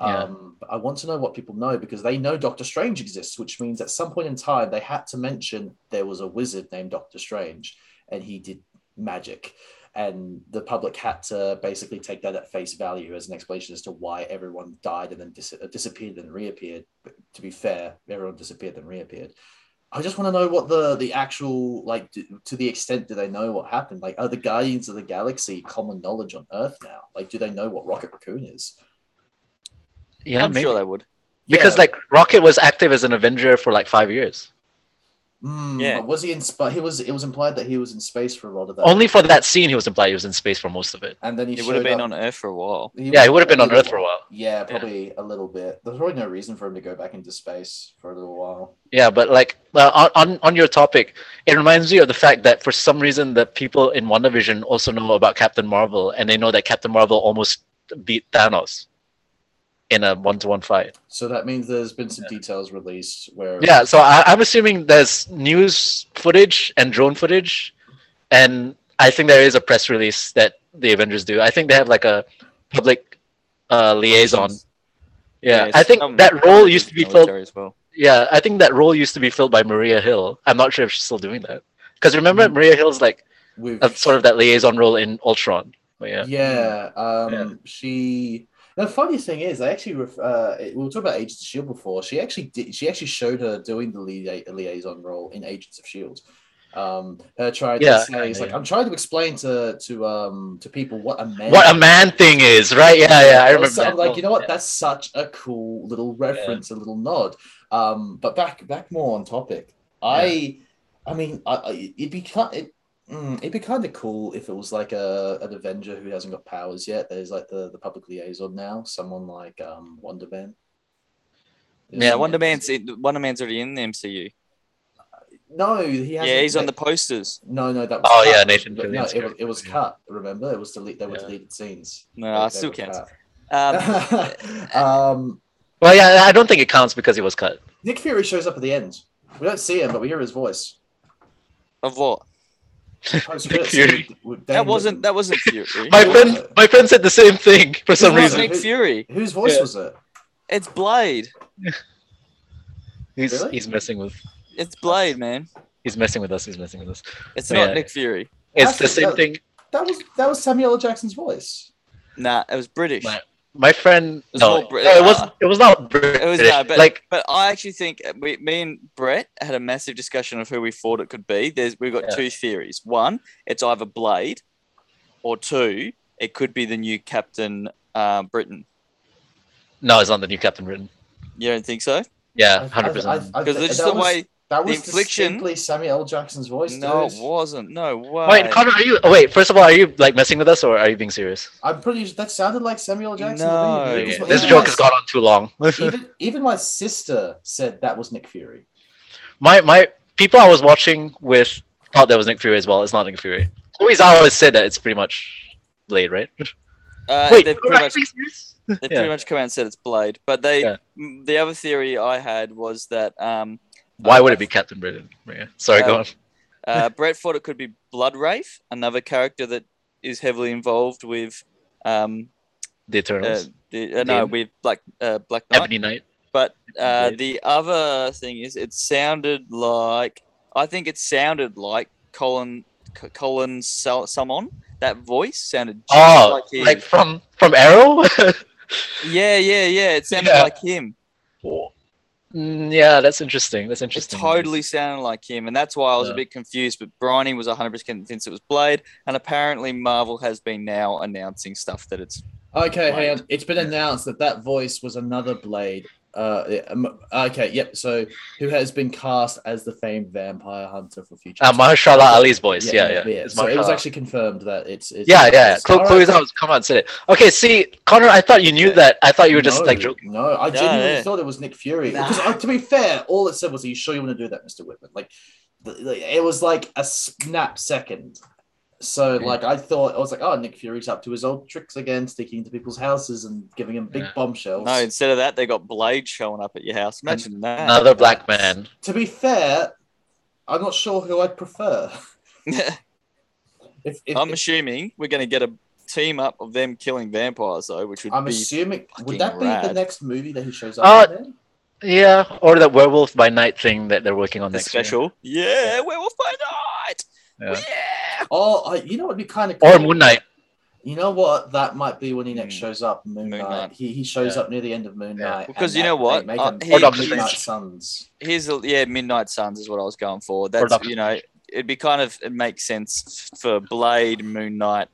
S2: Yeah.
S1: Um, but I want to know what people know because they know Doctor Strange exists, which means at some point in time they had to mention there was a wizard named Doctor Strange and he did magic. And the public had to basically take that at face value as an explanation as to why everyone died and then dis- uh, disappeared and reappeared. But to be fair, everyone disappeared and reappeared. I just want to know what the the actual like d to the extent do they know what happened? Like, are the Guardians of the Galaxy common knowledge on Earth now? Like, do they know what Rocket Raccoon is?
S2: Yeah,
S3: I'm
S2: maybe.
S3: sure they would.
S2: because like Rocket was active as an Avenger for like five years,
S1: Mm,
S3: Yeah.
S1: but was he in? spa- He was. It was implied that he was in space for a lot of that.
S2: only for that scene he was implied he was in space for most of it.
S1: and then he
S3: It would have
S1: showed
S3: been
S1: up-
S3: on Earth for a while.
S2: Yeah, he would have been on Earth for a while.
S1: Yeah, probably a little bit. There's probably no reason for him to go back into space for a little while.
S2: Yeah, but like uh, on- on on your topic, it reminds me of the fact that for some reason the people in WandaVision also know about Captain Marvel, and they know that Captain Marvel almost beat Thanos in a one-to-one fight.
S1: So that means there's been some details released where
S2: Yeah, so I, I'm assuming there's news footage and drone footage, and I think there is a press release that the Avengers do. I think they have like a public uh, liaison. Yeah, I think
S3: some-
S2: that role used to be filled
S3: military as well.
S2: Yeah, I think that role used to be filled by Maria Hill. I'm not sure if she's still doing that. Because
S1: Mm.
S2: remember, Maria Hill's like
S1: we've
S2: a, sort of that liaison role in Ultron. But yeah.
S1: Yeah, um,
S2: Yeah.
S1: she. The funny thing is, I actually ref- uh, we were talking about Agents of Shield before. She actually did. She actually showed her doing the lia- liaison role in Agents of Shield. E Um, her trying
S2: Yeah,
S1: to say, it's like
S2: yeah.
S1: I'm trying to explain to to um to people what a man.
S2: What a man thing is, right? Yeah, yeah,
S1: Also,
S2: I remember. that.
S1: I'm like, you know what?
S2: Yeah.
S1: That's such a cool little reference, a little nod. Um, but back back more on topic. I, I mean, I, I it'd be kind. It, mm, it'd be kind of cool if it was like a an Avenger who hasn't got powers yet. There's like the, the public liaison now, someone like um Wonder Man.
S3: Yeah, Wonder Man's in, Wonder Man's already in the MCU.
S1: No, he
S3: Yeah,
S1: hasn't.
S3: he's on the posters.
S1: No, no, that was
S2: Oh,
S1: cut.
S2: yeah, Nathan
S1: But No,
S2: Fillion's
S1: it was, it was
S2: character, yeah.
S1: cut. Remember, it was delete. They were
S2: Yeah. Uh,
S1: deleted scenes.
S3: No,
S1: They-
S3: I
S1: they
S3: still
S1: were
S3: counts.
S1: cut.
S3: Um,
S1: *laughs* um,
S2: Well, yeah, I don't think it counts because he was cut.
S1: Nick Fury shows up at the end. We don't see him, but we hear his
S2: *laughs*
S1: voice. Oh,
S3: of what?
S2: Nick Fury.
S3: That wasn't that wasn't Fury.
S2: *laughs* My
S1: Yeah.
S2: friend, my friend said the same thing for some
S1: not
S3: It's
S2: reason.
S1: Nick-
S3: Nick Fury.
S1: Whose voice
S2: Yeah.
S1: was it?
S3: It's Blade.
S2: He's
S1: Really?
S2: he's messing with
S3: It's Blade, man.
S2: he's messing with us. He's messing with us.
S3: It's
S2: Yeah.
S3: not Nick Fury.
S2: It's the
S1: Actually,
S2: same
S1: no.
S2: thing.
S1: That was that was Samuel L. Jackson's voice.
S3: Nah, it was British.
S2: Nah. My friend,
S3: was
S2: no,
S3: more Brit-
S2: no, it was
S3: uh,
S2: it was not British.
S3: It was nah, but
S2: like
S3: like, but I actually think uh, we, me and Brett had a massive discussion of who we thought it could be. There's we've got
S2: Yeah.
S3: two theories. One, it's either Blade, or two, it could be the new Captain uh, Britain.
S2: no, it's not the new Captain Britain.
S3: You don't think so?
S2: Yeah, hundred percent.
S3: Because it's just
S1: that
S3: the
S1: was,
S3: way.
S1: that
S3: the
S1: was
S3: infliction-
S1: distinctly Samuel L. Jackson's voice.
S3: No, it
S1: dude.
S3: wasn't. No way.
S2: Wait, Connor, are you? Oh, wait, first of all, are you like messing with us, or are you being serious?
S1: I'm pretty sure that sounded like Samuel L. Jackson. to
S3: No.
S1: me, dude.
S3: Yeah,
S1: It was-
S2: Oh, This
S1: even
S2: joke
S1: my-
S2: has gone on too long.
S1: *laughs* even, even my sister said that was Nick Fury.
S2: *laughs* my my people I was watching with thought that was Nick Fury as well. It's not Nick Fury. Always, I always said that it's pretty much Blade, right?
S3: Uh,
S2: wait,
S3: they've
S2: am
S3: pretty
S2: I
S3: much-
S2: being serious?
S3: They
S2: Yeah.
S3: pretty much come out and said it's Blade. But they,
S2: Yeah.
S3: m- the other theory I had was that um,
S2: Why would it be Captain Britain? Yeah. Sorry, go
S3: Uh,
S2: on. *laughs*
S3: uh, Brett thought it could be Blood Wraith, another character that is heavily involved with, um,
S2: The
S3: uh,
S2: Eternals,
S3: the, uh, no,
S2: Dean?
S3: with Black uh, Black Knight.
S2: Ebony Knight.
S3: But uh,
S2: Dean.
S3: the other thing is, it sounded like I think it sounded like Colin C- Colin Sal- Salmon. That voice sounded just
S2: Oh,
S3: like him.
S2: like from from Arrow. *laughs*
S3: yeah, yeah, yeah. It sounded
S2: Yeah.
S3: like him.
S2: Mm, yeah, that's interesting. That's
S3: It
S2: interesting.
S3: totally sounded like him, and that's why I was a
S2: Yeah.
S3: bit confused. But Bryony was 100% convinced it was Blade, and apparently Marvel has been now announcing stuff that it's
S1: Okay,
S3: hang
S1: hang on. It's been announced that that voice was another Blade Uh, yeah, um, okay, yep. So, who has been cast as the famed vampire hunter for future?
S2: Uh, Mahershala Ali's voice. Yeah, yeah. It's
S1: So it was
S2: Mahershala.
S1: actually confirmed that it's. it's
S2: Yeah, yeah.
S1: it's-
S2: Chloe,
S1: All
S2: Chloe
S1: right.
S2: Zhao's come on, said it. Okay, see, Connor, I thought you knew that. I thought you were just like
S1: No,
S2: joking.
S1: No, I
S3: Yeah,
S1: genuinely
S3: yeah.
S1: thought it was Nick Fury.
S3: Nah.
S1: Because, uh, to be fair, all it said was, "Are you sure you want to do that, Mister Whitman?" Like, th- th- it was like a snap second. So,
S2: Yeah.
S1: like, I thought I was like, "Oh, Nick Fury's up to his old tricks again, sticking to people's houses and giving them big
S2: Yeah.
S1: bombshells."
S3: No, instead of that, they got Blade showing up at your house. Imagine that. *laughs*
S2: Another black man.
S1: To be fair, I'm not sure who I'd prefer. If, if,
S3: I'm
S1: if-
S3: assuming we're going to get a team up of them killing vampires, though, which would
S1: I'm
S3: be.
S1: assuming
S3: fucking
S1: would that be the
S3: rad.
S1: next movie that he shows
S2: Uh,
S1: up? in then?
S2: Yeah, or that werewolf by night thing that they're working on
S3: the
S2: next year.
S3: special. Yeah, Werewolf by Night.
S2: Yeah.
S3: Yeah.
S1: Oh, I, you know what would be kind of
S2: Or Moon Knight.
S1: You know what? That might be when he next
S3: Hmm.
S1: shows up. Moon,
S3: Moon
S1: Knight.
S3: Knight.
S1: He, he shows
S2: Yeah.
S1: up near the end of Moon
S2: Yeah.
S1: Knight.
S3: Because
S1: and
S3: you
S1: that-
S3: know what?
S1: they Make
S3: Uh,
S1: him
S3: he- Or
S2: Doctor
S1: Midnight
S2: Strange.
S1: Suns.
S3: Here's a, yeah, Midnight Suns is what I was going for. That's
S2: Doctor
S3: you know, it'd be kind of it makes sense for Blade, Moon Knight,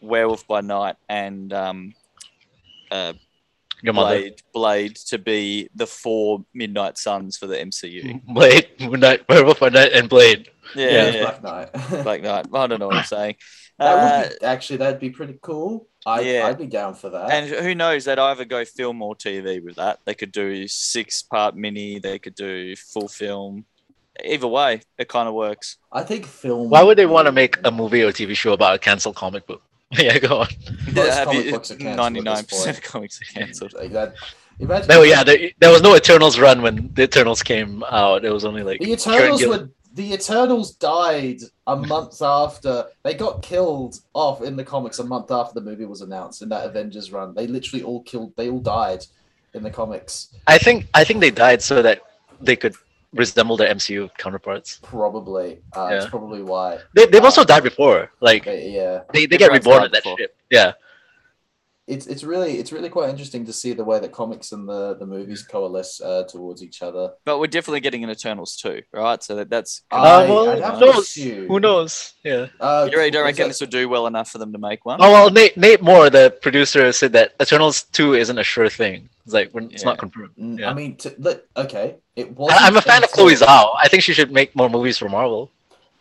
S3: Werewolf by Night, and um, uh,
S2: Your mother.
S3: Blade Blade to be the four Midnight Suns for the
S1: Mm.
S3: MCU.
S2: Blade, Moon Knight, werewolf by night, and Blade.
S3: Yeah,
S2: Yeah,
S3: yeah,
S1: it's
S3: *laughs*
S1: Black Knight.
S3: Black Knight. I don't know what I'm saying.
S1: that
S3: Uh,
S1: would be, actually, that'd be pretty cool. I'd,
S3: Yeah.
S1: I'd be down for that.
S3: And who knows? They'd either go film or TV with that. They could do six part mini. They could do full film. Either way, it kind of works.
S1: I think film.
S2: Why would they want to make a movie or TV show about a cancelled comic book? *laughs* yeah, go on.
S1: Most
S3: have
S1: comic
S3: you-
S1: books are cancelled at this
S3: 99% of
S1: point.
S3: comics are cancelled.
S1: Like that. Imagine.
S2: No, yeah, there, there was no Eternals run when the Eternals came out. It was only like
S1: The
S2: Kieran
S1: Eternals
S2: Gillen.
S1: were the Eternals died a month after they got killed off in the comics a month after the movie was announced in that Avengers run. They literally all killed they all died in the comics,
S2: I think I think they died so that they could resemble their MCU counterparts.
S1: probably. Uh, It's
S2: Yeah.
S1: probably why.
S2: They, they've also died before. Like
S1: But yeah.
S2: they, they get
S3: Everyone's
S2: reborn
S3: died
S2: at that
S3: before.
S2: ship. Yeah,
S1: It's it's really it's really quite interesting to see the way that comics and the, the movies coalesce uh, towards each other.
S3: But we're definitely getting an Eternals too, right? So that, that's.
S1: I,
S2: Uh, well,
S1: I'd have to
S2: who knows?
S1: assume-
S2: who knows? Yeah.
S1: Uh,
S3: You really don't
S1: was
S3: reckon
S1: that-
S3: this will do well enough for them to make one?
S2: Oh well, Nate Nate Moore, the producer, said that Eternals two isn't a sure thing. It's like when, it's
S3: Yeah.
S2: not confirmed.
S1: Mm,
S2: Yeah.
S1: I mean, to, let, okay, it was.
S2: I, I'm a fan of Chloe Zhao. I think she should make more movies for Marvel.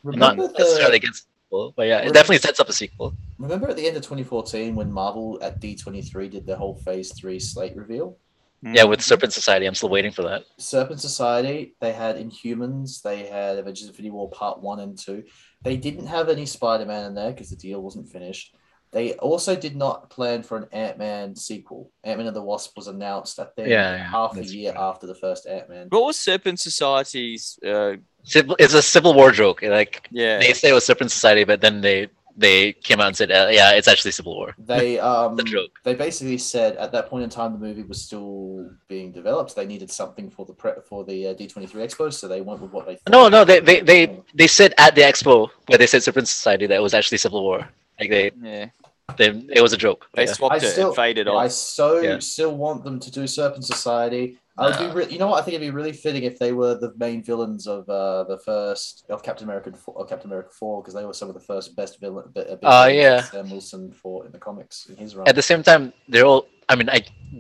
S2: Not
S1: Remember
S2: necessarily
S1: the,
S2: against people, but yeah, it
S1: Remember-
S2: definitely sets up a sequel.
S1: Remember at the end of 2014 when Marvel at D23 did their whole Phase 3 slate reveal?
S3: Mm.
S2: Yeah,
S1: Mm-hmm.
S2: with Serpent Society, I'm still waiting for that.
S1: Serpent Society, they had Inhumans, they had Avengers Infinity War Part 1 and 2. They didn't have any Spider Man in there because the deal wasn't finished. They also did not plan for an Ant Man sequel. Ant Man and the Wasp was announced, I think,
S2: Yeah, yeah,
S1: half a
S2: that's
S1: year
S2: right.
S1: after the first Ant Man.
S3: What was Serpent Society's? Uh,
S2: Civil- It's a Civil War joke. Like
S3: yeah.
S2: they say it was Serpent Society, but then they they came out and said, uh, yeah, it's actually Civil War.
S1: They um,
S2: *laughs* The joke.
S1: they basically said at that point in time the movie was still being developed. They needed something for the prep for the uh, D23 Expo, so they went with what they. Thought. Um,
S2: No, no, they they they they said at the expo where they said Serpent Society that it was actually Civil War. Like they,
S3: yeah.
S2: they it was a joke.
S3: They
S2: Yeah.
S1: I
S3: swapped it
S1: still-
S3: and faded
S1: I
S3: off.
S1: so
S2: Yeah.
S1: still want them to do Serpent Society. I would be, re- you know what? I think it'd be really fitting if they were the main villains of uh, the first of Captain America and Fo- of Captain America Four because they were some of the first best villain. bi- uh, big
S2: Uh,
S1: villains
S2: yeah.
S1: that Sam Wilson fought in the comics in his run.
S2: At the same time, they're all. I mean, I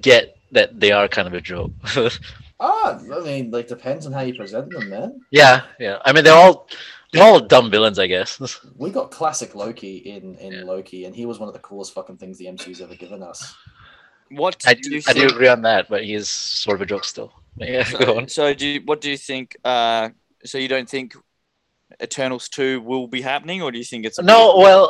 S2: get that they are kind of a joke. *laughs*
S1: ah, I mean, like depends on how you present them, man.
S2: yeah, yeah. I mean, they're all they're all dumb villains, I guess.
S1: *laughs* We got classic Loki in in
S2: Yeah.
S1: Loki, and he was one of the coolest fucking things the MCU's ever given us.
S3: What
S2: I
S3: do
S2: do,
S3: you
S2: I do
S3: think?
S2: agree on that, but he's sort of a joke still. *laughs* But Yeah, go
S3: So,
S2: on.
S3: so do you, what do you think? Uh, so you don't think Eternals two will be happening, or do you think it's
S2: No, well,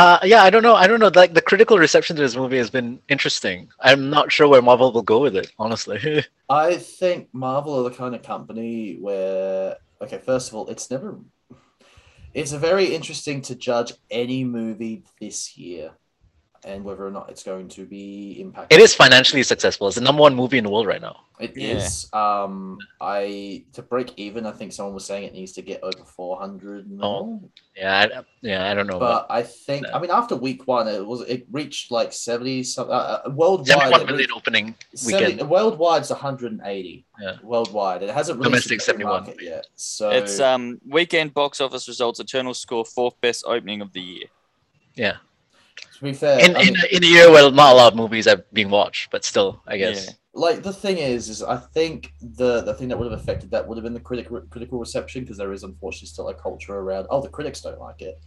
S2: uh, yeah, I don't know. I don't know. Like the critical reception to this movie has been interesting. I'm not sure where Marvel will go with it, honestly. *laughs*
S1: I think Marvel are the kind of company where, okay, first of all, it's never. It's very interesting to judge any movie this year, and whether or not it's going to be impactful.
S2: it is financially successful. It's the number one movie in the world right now.
S1: It
S3: Yeah.
S1: is. Um, I to break even. I think someone was saying it needs to get over four hundred mil.
S2: Oh. Yeah, I, yeah, I don't know. But
S1: But I think,
S2: Yeah.
S1: I mean, after week one, it was it reached like seventy something uh, uh, worldwide.
S2: seventy-one
S1: it
S2: million
S1: reached-
S2: opening
S1: 70,
S2: weekend.
S1: worldwide's 180.
S2: Yeah.
S1: Worldwide, it hasn't really
S2: Domestic 71.
S1: market yet. So
S3: It's um weekend box office results. Eternals score fourth best opening of the year.
S2: Yeah,
S1: to be fair,
S2: in
S1: I
S2: in,
S1: mean,
S2: in a year where not a lot of movies are being watched, but still, I guess.
S1: like the thing is, is I think the the thing that would have affected that would have been the critic critical reception because there is unfortunately still a culture around oh the critics don't like it,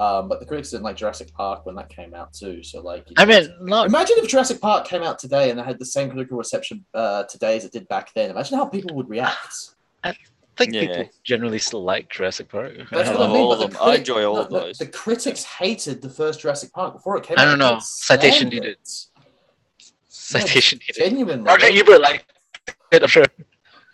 S1: um, but the critics didn't like Jurassic Park when that came out too. So like
S2: I mean, not
S1: Imagine if Jurassic Park came out today and it had the same critical reception uh, today as it did back then. Imagine how people would react.
S2: I think
S3: Yeah.
S2: people generally still like Jurassic Park. Uh,
S1: That's
S3: I
S1: what I
S3: love
S1: mean.
S3: all
S1: but
S3: of
S1: the
S3: them. I
S1: critic-
S3: enjoy all
S1: no,
S3: of
S1: the-
S3: those.
S1: The critics hated the first Jurassic Park before it came
S2: I
S1: out.
S2: don't
S1: They
S2: know. Citation
S1: slammed
S2: needed.
S1: it.
S2: Citation
S1: *laughs*
S2: needed.
S1: Genuinely.
S2: Roger Ebert liked it, I'm sure.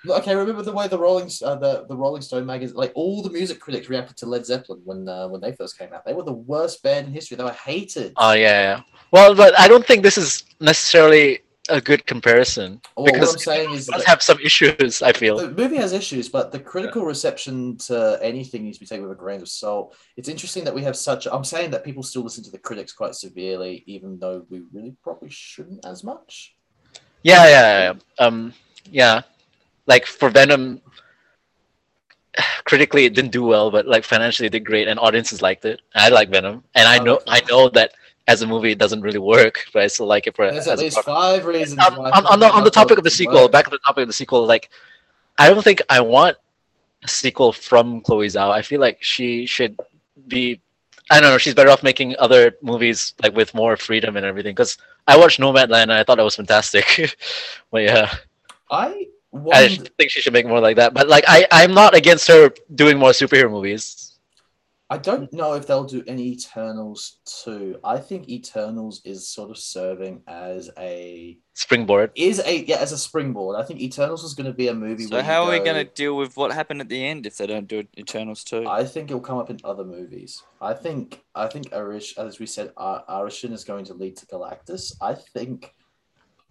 S1: Look, Okay, remember the way the Rolling uh, the the Rolling Stone magazine, like all the music critics reacted to Led Zeppelin when uh, when they first came out. They were the worst band in history. They were hated.
S2: Oh yeah, yeah. Well, but I don't think this is necessarily a good comparison.
S1: Well, what
S2: because
S1: I'm saying is
S2: It does
S1: that
S2: have some issues. I feel.
S1: the movie has issues, but the critical reception to anything needs to be taken with a grain of salt. It's interesting that we have such. I'm saying that people still listen to the critics quite severely, even though we really probably shouldn't as much.
S2: Yeah, yeah, yeah. Um, yeah. Like for Venom, *sighs* critically it didn't do well, but like financially it did great, and audiences liked it. I like Venom, and I
S1: I
S2: know
S1: like
S2: I know that as a movie it doesn't really work, but I still like it for
S1: There's at
S2: as a
S1: least
S2: product.
S1: five reasons.
S2: Um,
S1: why
S2: on, on the on the
S1: critics
S2: topic of the
S1: don't
S2: sequel,
S1: work.
S2: back to the topic of the sequel, like I don't think I want a sequel from Chloe Zhao. I feel like she should be. I don't know. She's better off making other movies like with more freedom and everything. Because I watched Nomadland and I thought that was fantastic. *laughs* but yeah,
S1: I
S2: I
S1: wonder,
S2: just think she should make more like that. But like, I I'm not against her doing more superhero movies.
S1: I don't know if they'll do any Eternals too. I think Eternals is sort of serving as a
S2: Springboard.
S1: is a yeah as a springboard. I think Eternals is going to be a movie.
S3: So
S1: where
S3: how
S1: you
S3: are we
S1: go-
S3: going to deal with what happened at the end if they don't do Eternals too?
S1: I think it'll come up in other movies. I think I think Arish, as we said, Ar- Arishin is going to lead to Galactus. I think.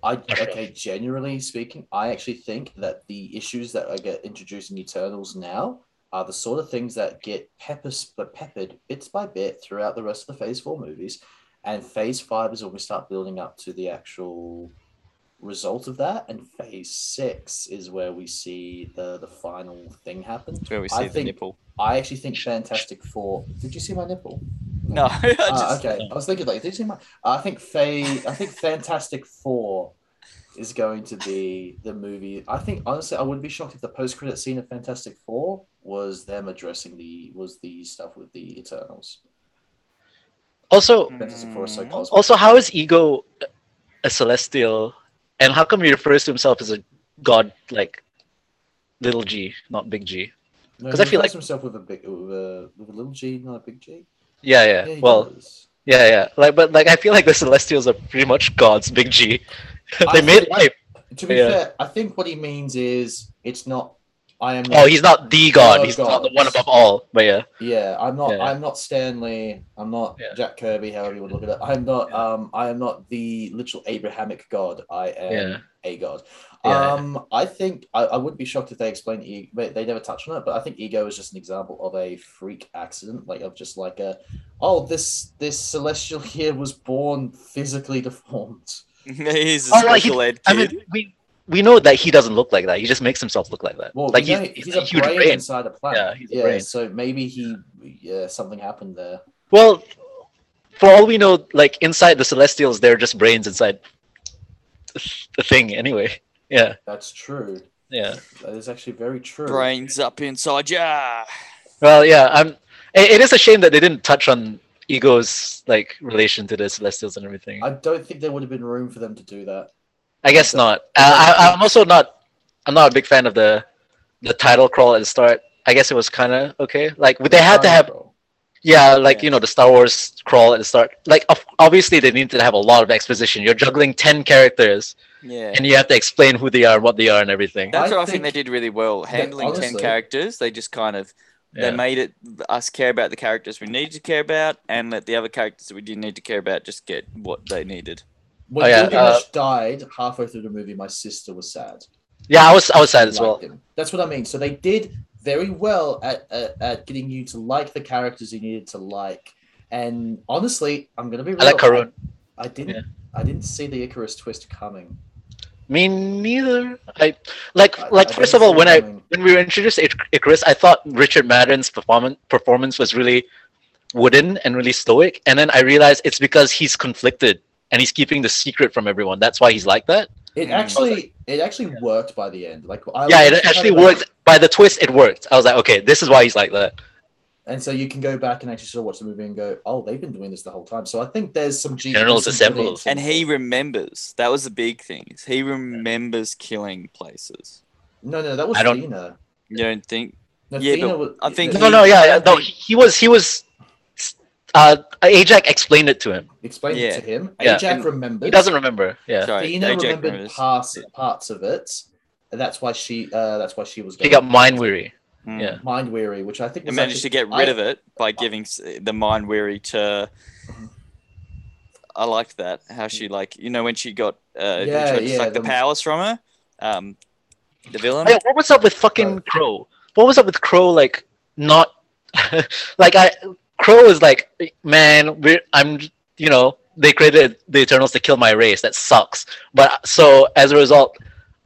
S1: I
S2: Sure.
S1: okay. Generally speaking, I actually think that the issues that I get introduced in Eternals now are the sort of things that get peppers, but peppered bits by bit throughout the rest of the Phase Four movies, and Phase Five is when we start building up to the actual result of that, and Phase Six is where we see the the final thing happen.
S3: That's where we see
S1: I
S3: the
S1: think-
S3: nipple.
S1: I actually think Fantastic Four. Did you see my nipple?
S2: *laughs*
S3: No, I
S1: Ah,
S3: just,
S1: okay. I was thinking like, did you see my? I think Fa- I think Fantastic Four is going to be the movie. I think honestly, I wouldn't be shocked if the post-credit scene of Fantastic Four was them addressing the was the stuff with the Eternals.
S2: Also,
S1: Fantastic Four is so
S3: Mm.
S1: cosmic.
S2: also, how is Ego a celestial, and how come he refers to himself as a god like little G, not big G?
S1: No,
S2: 'cause
S1: he
S2: I feel
S1: refers to himself with a big with a, with a little G, not a big G.
S2: Yeah, yeah.
S1: he
S2: well,
S1: does.
S2: yeah, yeah. Like, but like, I feel like the Celestials are pretty much gods, big
S1: *laughs*
S2: G. they
S1: I
S2: made
S1: think-
S2: life.
S1: to be
S2: yeah.
S1: fair, I think what he means is it's not. I am.
S2: Oh, he's not the god.
S1: Oh,
S2: he's not the
S1: gods.
S2: one above all. But yeah,
S1: Yeah, I'm not.
S2: Yeah.
S1: I'm not Stanley. I'm not
S2: Yeah.
S1: Jack Kirby. However you want to look at it, I'm not. Um, I am not the literal Abrahamic God. I am
S2: yeah.
S1: a God.
S2: Yeah.
S1: Um, I think I, I wouldn't be shocked if they explain. E- but they never touch on it, but I think ego is just an example of a freak accident, like of just like a, oh, this this celestial *laughs* here was born physically deformed.
S3: *laughs* he's a
S2: Oh, like,
S3: special ed kid.
S2: I mean, we we know that he doesn't look like that. He just makes himself look like that.
S1: Well,
S2: like
S1: we
S2: he's,
S1: know
S2: he's,
S1: he's
S2: a,
S1: a
S2: huge
S1: brain,
S2: brain.
S1: inside a plant.
S2: Yeah, he's a
S1: yeah,
S2: brain.
S1: so maybe he, yeah, something happened there.
S2: Well, for all we know, like inside the Celestials, they're just brains inside the thing. Anyway, yeah,
S1: That's true.
S2: yeah.
S1: That is actually very true.
S3: Brains up inside ya.
S2: Well, yeah, I'm. It, it is a shame that they didn't touch on Ego's like relation to the Celestials and everything. I,
S1: I don't think there would have been room for them to do that.
S2: guess
S1: so-
S2: not. I, I, I'm also not. I'm not a big fan of the the title crawl at the start. I guess it was kind of okay. Like would they had to have
S1: Triangle.
S2: yeah, like you know the Star Wars crawl at the start. Like of- obviously they need to have a lot of exposition. You're juggling ten characters
S3: Yeah.
S2: and you have to explain who they are, and what they are, and everything.
S3: That's
S1: I
S3: what I think
S1: think-
S3: they did really well. Handling
S1: honestly-
S3: 10 characters, they just kind of
S2: Yeah.
S3: they made it us care about the characters we needed to care about and let the other characters that we didn't need to care about just get what they needed.
S1: When
S2: Oh, yeah,
S1: Gilgamesh died halfway through the movie, my sister was sad.
S2: yeah, I was I was sad
S1: She
S2: as
S1: liked
S2: well.
S1: him. That's what I mean. So they did very well at, at, at getting you to like the characters you needed to like. And honestly, I'm gonna be real.
S2: I like Karun.
S1: I, I didn't.
S2: Yeah.
S1: I didn't see the Icarus twist coming.
S2: Me neither. I like
S1: I-
S2: like
S1: I
S2: first of
S1: didn't see
S2: all
S1: it
S2: when I
S1: coming.
S2: when we were introduced to Ic- Icarus, I thought Richard Madden's performance performance was really wooden and really stoic, and then I realized it's because he's conflicted and he's keeping the secret from everyone. That's why he's like that.
S1: It
S3: Mm.
S1: actually, it actually worked by the end. Like, I
S2: yeah,
S1: was
S2: it
S1: kind
S2: actually
S1: of-
S2: worked. By the twist, it worked. I was like, okay, this is why he's like that.
S1: And so you can go back and actually sort of watch the movie and go, "Oh, they've been doing this the whole time." So I think there's some genius
S2: Generals
S1: and
S2: assemble.
S1: brilliance in
S3: And
S1: it.
S3: he remembers. That was the big thing. is He remembers killing places.
S1: no, no, that was
S2: I don't-
S1: Tina.
S3: You don't think?
S1: No,
S3: Yeah,
S1: Tina
S3: but
S1: was,
S3: I think-
S2: No, no, yeah, yeah, no. He he was, he was. Uh, Ajax explained it to him.
S1: explained
S3: Yeah.
S1: it to him.
S2: Yeah.
S1: Ajax
S3: And-
S1: remembered.
S2: He doesn't remember. Yeah,
S3: Sorry,
S1: Tina
S3: Ajax
S1: remembered
S3: remembers.
S1: parts, parts of it. And that's why she. Uh, that's why she was.
S2: he got mind weary.
S3: Mm.
S2: Yeah.
S1: mind weary, which I think
S3: and
S1: was
S3: managed to
S1: actually-
S3: get
S1: I-
S3: rid of it by giving s- the mind weary to.
S1: Mm-hmm.
S3: I liked that how she like you know when she got
S1: Yeah,
S3: uh, yeah,
S1: yeah,
S3: suck the,
S1: the-
S3: powers from her, um, the villain.
S2: Hey, Oh, what was up with fucking Crow? What was up with Crow? Like not, *laughs* like I Crow was like, man, we're I'm you know they created the Eternals to kill my race. That sucks. But so as a result,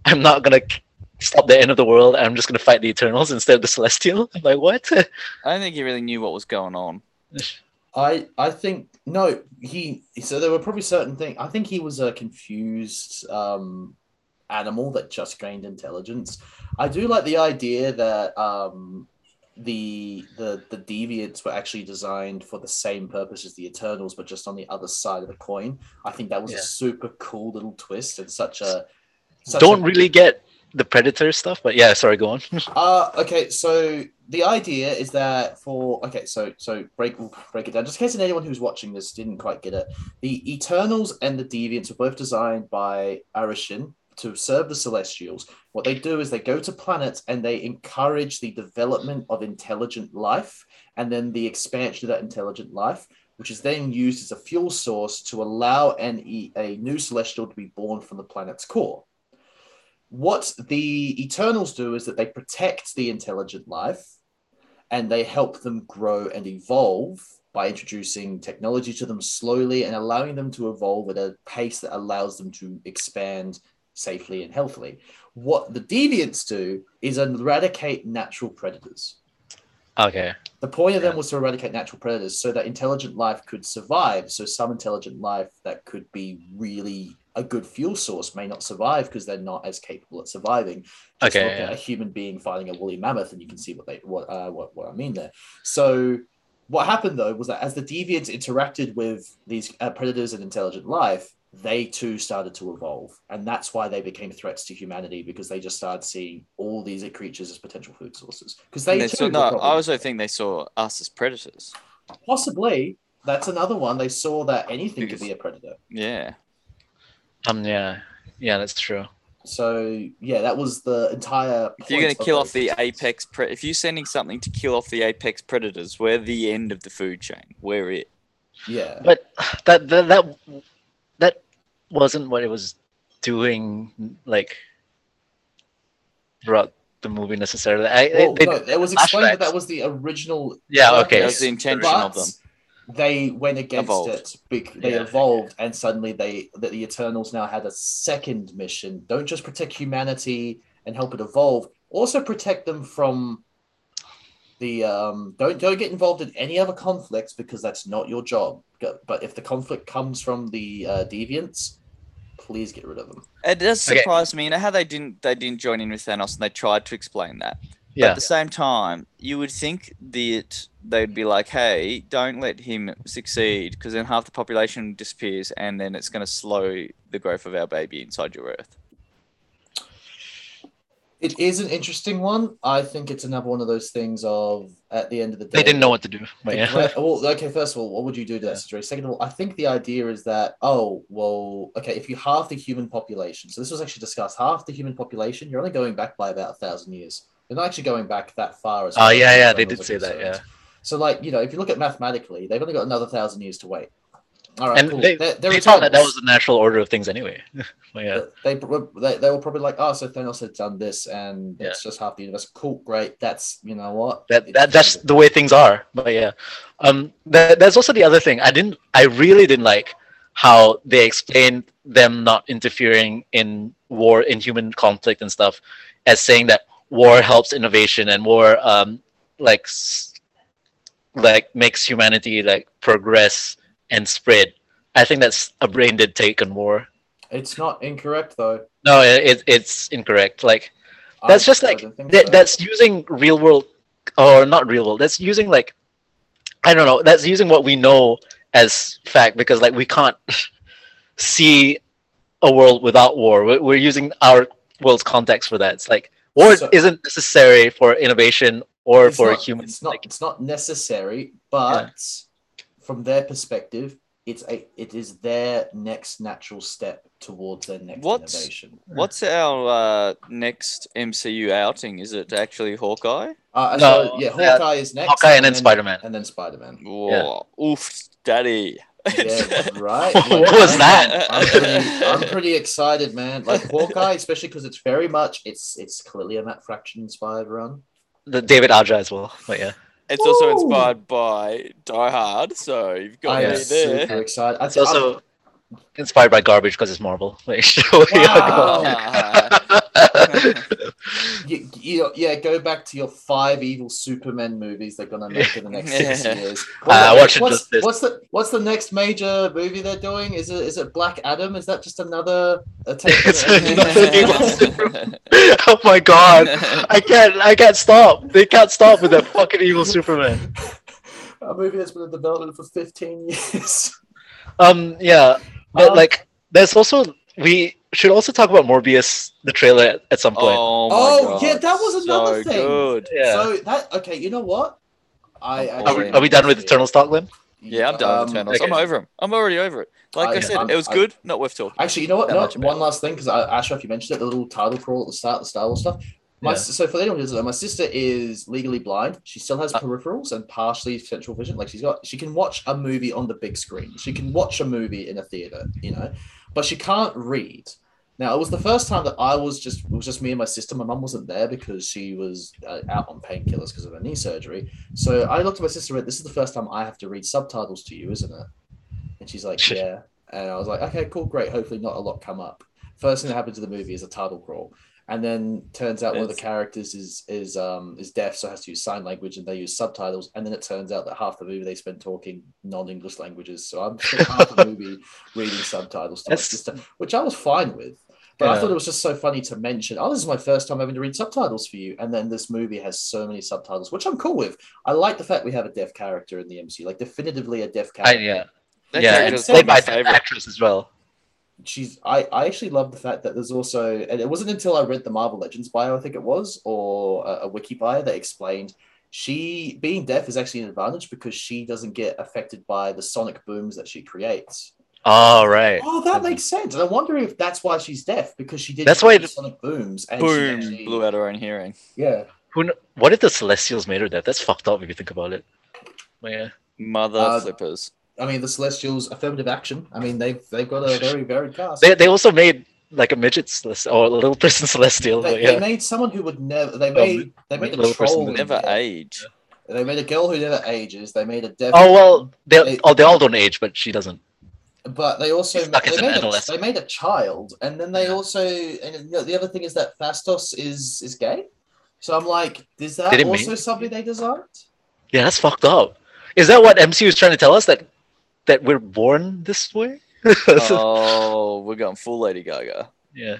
S2: I'm not gonna k- stop the end of the world. I'm just gonna fight the Eternals *laughs* instead of the Celestial. I'm like what? *laughs*
S3: I don't think he really knew what was going on.
S1: I I think no he so there were probably certain things I think he was a confused um animal that just gained intelligence. I do like the idea that um the the the deviants were actually designed for the same purpose as the Eternals but just on the other side of the coin. I think that was
S2: Yeah.
S1: a super cool little twist and such a such
S2: Don't
S1: a-
S2: really get the Predator stuff. But yeah, sorry, go on.
S1: Uh, okay, so the idea is that for okay, so so break we'll break it down just in case anyone who's watching this didn't quite get it. The Eternals and the Deviants were both designed by Arishin to serve the Celestials. What they do is they go to planets and they encourage the development of intelligent life and then the expansion of that intelligent life, which is then used as a fuel source to allow an, e- a new celestial to be born from the planet's core. What the Eternals do is that they protect the intelligent life and they help them grow and evolve by introducing technology to them slowly and allowing them to evolve at a pace that allows them to expand safely and healthily. What the deviants do is eradicate natural predators.
S2: Okay.
S1: The point of them
S2: Yeah.
S1: was to eradicate natural predators so that intelligent life could survive. So some intelligent life that could be really a good fuel source may not survive because they're not as capable at surviving. Just
S2: Okay,
S1: look at
S2: yeah.
S1: a human being fighting a woolly mammoth, and you can see what they what uh, what, what I mean there. So what happened though was that as the deviants interacted with these uh, predators and intelligent life, they too started to evolve, and that's why they became threats to humanity because they just started seeing all these creatures as potential food sources. Because they,
S3: And they
S1: too
S3: saw,
S1: were
S3: no,
S1: probably-
S3: I also think they saw us as predators.
S1: Possibly. That's another one. They saw that anything could be a predator.
S3: Yeah,
S2: Um. Yeah. Yeah, that's true.
S1: So yeah, that was the entire.
S3: if you're
S1: point
S3: going to kill
S1: those
S3: off the
S1: systems.
S3: apex, pre- if you're sending something to kill off the apex predators, we're the end of the food chain. We're it.
S1: Yeah.
S2: but that, that that that wasn't what it was doing like throughout the movie necessarily I, I-
S1: Well,
S2: they-
S1: no, it was explained that
S2: flashbacks.
S1: that was the original.
S2: yeah
S1: purpose,
S2: okay
S3: That was the intention of them.
S1: but They went against
S3: Evolved.
S1: it. bec- They
S2: Yeah.
S1: evolved, and suddenly they that the Eternals now had a second mission. Don't just protect humanity and help it evolve. Also protect them from the um. Don't don't get involved in any other conflicts because that's not your job. Go- But if the conflict comes from the uh, deviants, please get rid of them.
S3: It does
S2: Okay.
S3: surprise me, you know how they didn't they didn't join in with Thanos and they tried to explain that. But
S2: yeah
S3: at the same time, you would think that they'd be like, "Hey, don't let him succeed, because then half the population disappears, and then it's going to slow the growth of our baby inside your Earth."
S1: It is an interesting one. I think it's another one of those things of at the end of the day
S2: they didn't know what to do but
S1: Like,
S2: yeah
S1: where- well,
S2: *laughs*
S1: okay, first of all, what would you do to that situation? Second of all, I think the idea is that, oh, well, okay, if you half the human population, so this was actually discussed, half the human population, you're only going back by about a thousand years. You're not actually going back that far as
S2: oh
S1: far as
S2: yeah
S1: the
S2: yeah they
S1: Eternals
S2: did
S1: are
S2: say that
S1: concerned.
S2: yeah
S1: So, like, you know, if you look at mathematically, they've only got another thousand years to wait. All right,
S2: And
S1: cool.
S2: they-
S1: they're, they're
S2: they thought that that was
S1: Eternals.
S2: the natural order of things anyway *laughs* But yeah
S1: They, were- they, they were probably like, oh, so Thanos had done this and
S2: Yeah.
S1: it's just half the universe. Cool, great. That's, you know what?
S2: that,
S1: It's
S2: that that's
S1: doable.
S2: the way things are but yeah um there, there's also the other thing i didn't i really didn't like how they explained them not interfering in war in human conflict and stuff as saying that war helps innovation and war um like s- like makes humanity like progress and spread i think that's a brain did take on war
S1: It's not incorrect though.
S2: No, it, it- it's incorrect. Like
S1: I-
S2: That's just
S1: I
S2: like-
S1: don't think
S2: that,
S1: so.
S2: that's using real world or not real world. That's using like I don't know. That's using what we know as fact because like we can't *laughs* see a world without war. We're, we're using our world's context for that. It's like war
S1: So-
S2: isn't necessary for innovation or
S1: It's
S2: for
S1: not-
S2: human.
S1: It's not.
S2: like-
S1: It's not necessary, but from their perspective, it's a. It is their next natural step towards their next
S3: What's-
S1: innovation.
S3: What's our uh, next MCU outing? Is it actually Hawkeye?
S1: Uh,
S2: No,
S1: so, yeah,
S2: yeah,
S1: Hawkeye is next.
S2: Hawkeye and then Spider-Man.
S1: And then Spider
S3: *laughs*
S1: Man.
S3: Whoa, Oof, daddy.
S1: Yeah, right.
S2: *laughs* What
S1: Like, I'm-
S2: was that?
S1: I'm pretty, I'm pretty excited, man. Like Hawkeye, especially because it's very much it's it's clearly a Matt Fraction inspired run.
S2: The David Aja as well. But yeah.
S3: *laughs* It's also
S1: Woo!
S3: inspired by Die Hard, so you've got
S1: I
S3: me
S1: am
S2: yeah.
S3: there. *laughs*
S1: super excited. I
S2: It's
S1: think-
S2: also inspired by garbage because it's Marvel. *laughs* Like, we
S1: Wow.
S2: are
S3: Ah.
S1: *laughs*
S2: going.
S1: You, you, yeah, go back to your five evil Superman movies they're gonna make in the next six
S3: Yeah.
S2: *laughs*
S1: years.
S2: Uh, I watched
S1: what's,
S2: just this.
S1: what's the what's the next major movie they're doing? Is it is it Black Adam? Is that just another attempt?
S2: *laughs* It's
S1: at-
S2: another *laughs*
S3: *laughs*
S2: oh my god. I can't I can't stop. They can't stop with that fucking evil Superman.
S1: *laughs* a movie that's been in development for fifteen years.
S2: Um yeah. *laughs* But
S1: Um,
S2: like there's also we should also talk about Morbius the trailer at, at some point.
S3: oh, my
S1: Oh,
S3: God,
S1: yeah, that was another
S3: so
S1: thing.
S3: Good.
S2: yeah.
S1: Um, So that okay, you know what? I
S3: Are
S2: are,
S1: actually-
S2: we, are we done with Eternal Stockland?
S3: Yeah, I'm done
S1: Um,
S3: with Eternals. I'm
S2: okay.
S3: over them. I'm already over it. Like
S1: I-
S3: I, said,
S1: I'm-
S3: it was
S1: I-
S3: good, not worth talking.
S1: Actually, you know what?
S2: That
S1: No,
S2: much about
S1: one last thing because Ashraf, you mentioned it, the little title crawl at the start, the Star Wars stuff. My,
S2: Yeah.
S1: So, for anyone who doesn't know, my sister is legally blind. She still has
S2: Uh.
S1: peripherals and partially central vision. Like she's got, she can watch a movie on the big screen. She can watch a movie in a theater, you know, but she can't read. Now, it was the first time that I was just, it was just me and my sister. My mum wasn't there because she was uh, out on painkillers because of her knee surgery. So I looked at my sister and went, This is the first time I have to read subtitles to you, isn't it? And she's like, Yeah. And I was like, Okay, cool, great. Hopefully, not a lot come up. First thing that happens to the movie is a title crawl. And then turns out one of the
S3: Yes.
S1: characters is is um is deaf, so has to use sign language, and they use subtitles. And then it turns out that half the movie they spend talking non-English languages. So I'm spent half the movie reading subtitles to my
S2: That's-
S1: sister, which I was fine with. But I
S2: Yeah.
S1: thought it was just so funny to mention. Oh, this is my first time having to read subtitles for you, and then this movie has so many subtitles, which I'm cool with. I like the fact we have a deaf character in the MCU, like definitively a deaf
S2: I,
S1: character.
S2: yeah.
S3: That
S2: yeah, and
S3: character's
S2: it's
S3: one of
S2: played by
S3: my
S2: an
S3: favorite.
S2: actress as well.
S1: she's I, I actually love the fact that there's also and it wasn't until I read the Marvel Legends bio I think it was or a, a wiki bio that explained she being deaf is actually an advantage because she doesn't get affected by the sonic booms that she creates.
S2: Oh right.
S1: Oh, that makes sense. And I'm wondering if that's why she's deaf because she did
S2: That's why
S1: the
S2: the-
S1: sonic booms and she actually-
S3: Boom! Blew out her own hearing.
S1: Yeah.
S2: Who kn- what if the Celestials made her deaf? That's fucked up if you think about it. But yeah.
S3: Mother
S1: Uh,
S3: flippers.
S1: I mean the Celestials affirmative action. I mean they've they've got
S3: *laughs*
S1: a very varied cast.
S2: They, they also made like a midget celest- or a little person *laughs* celestial.
S1: They,
S2: but yeah.
S1: they made someone who would never. They made. They made a
S2: little person
S1: troll.
S2: that-
S3: Never
S1: in- *laughs*
S3: age.
S1: They made a girl who never ages. They made a deaf.
S2: oh well, they,
S1: They-
S2: oh, they all don't age, but she doesn't.
S1: but they also
S2: He's stuck
S1: they
S2: as an
S1: made, a,
S2: adolescent.
S1: they made a child and then they
S2: Yeah.
S1: also and you know, the other thing is that fastos is is gay so i'm like is that
S2: Did it
S1: also
S2: mean-
S1: something they designed
S2: Yeah, that's fucked up. Is that what MCU is trying to tell us that that we're born this way? *laughs*
S1: Uh,
S3: oh, we're going full Lady Gaga. *laughs*
S2: yeah.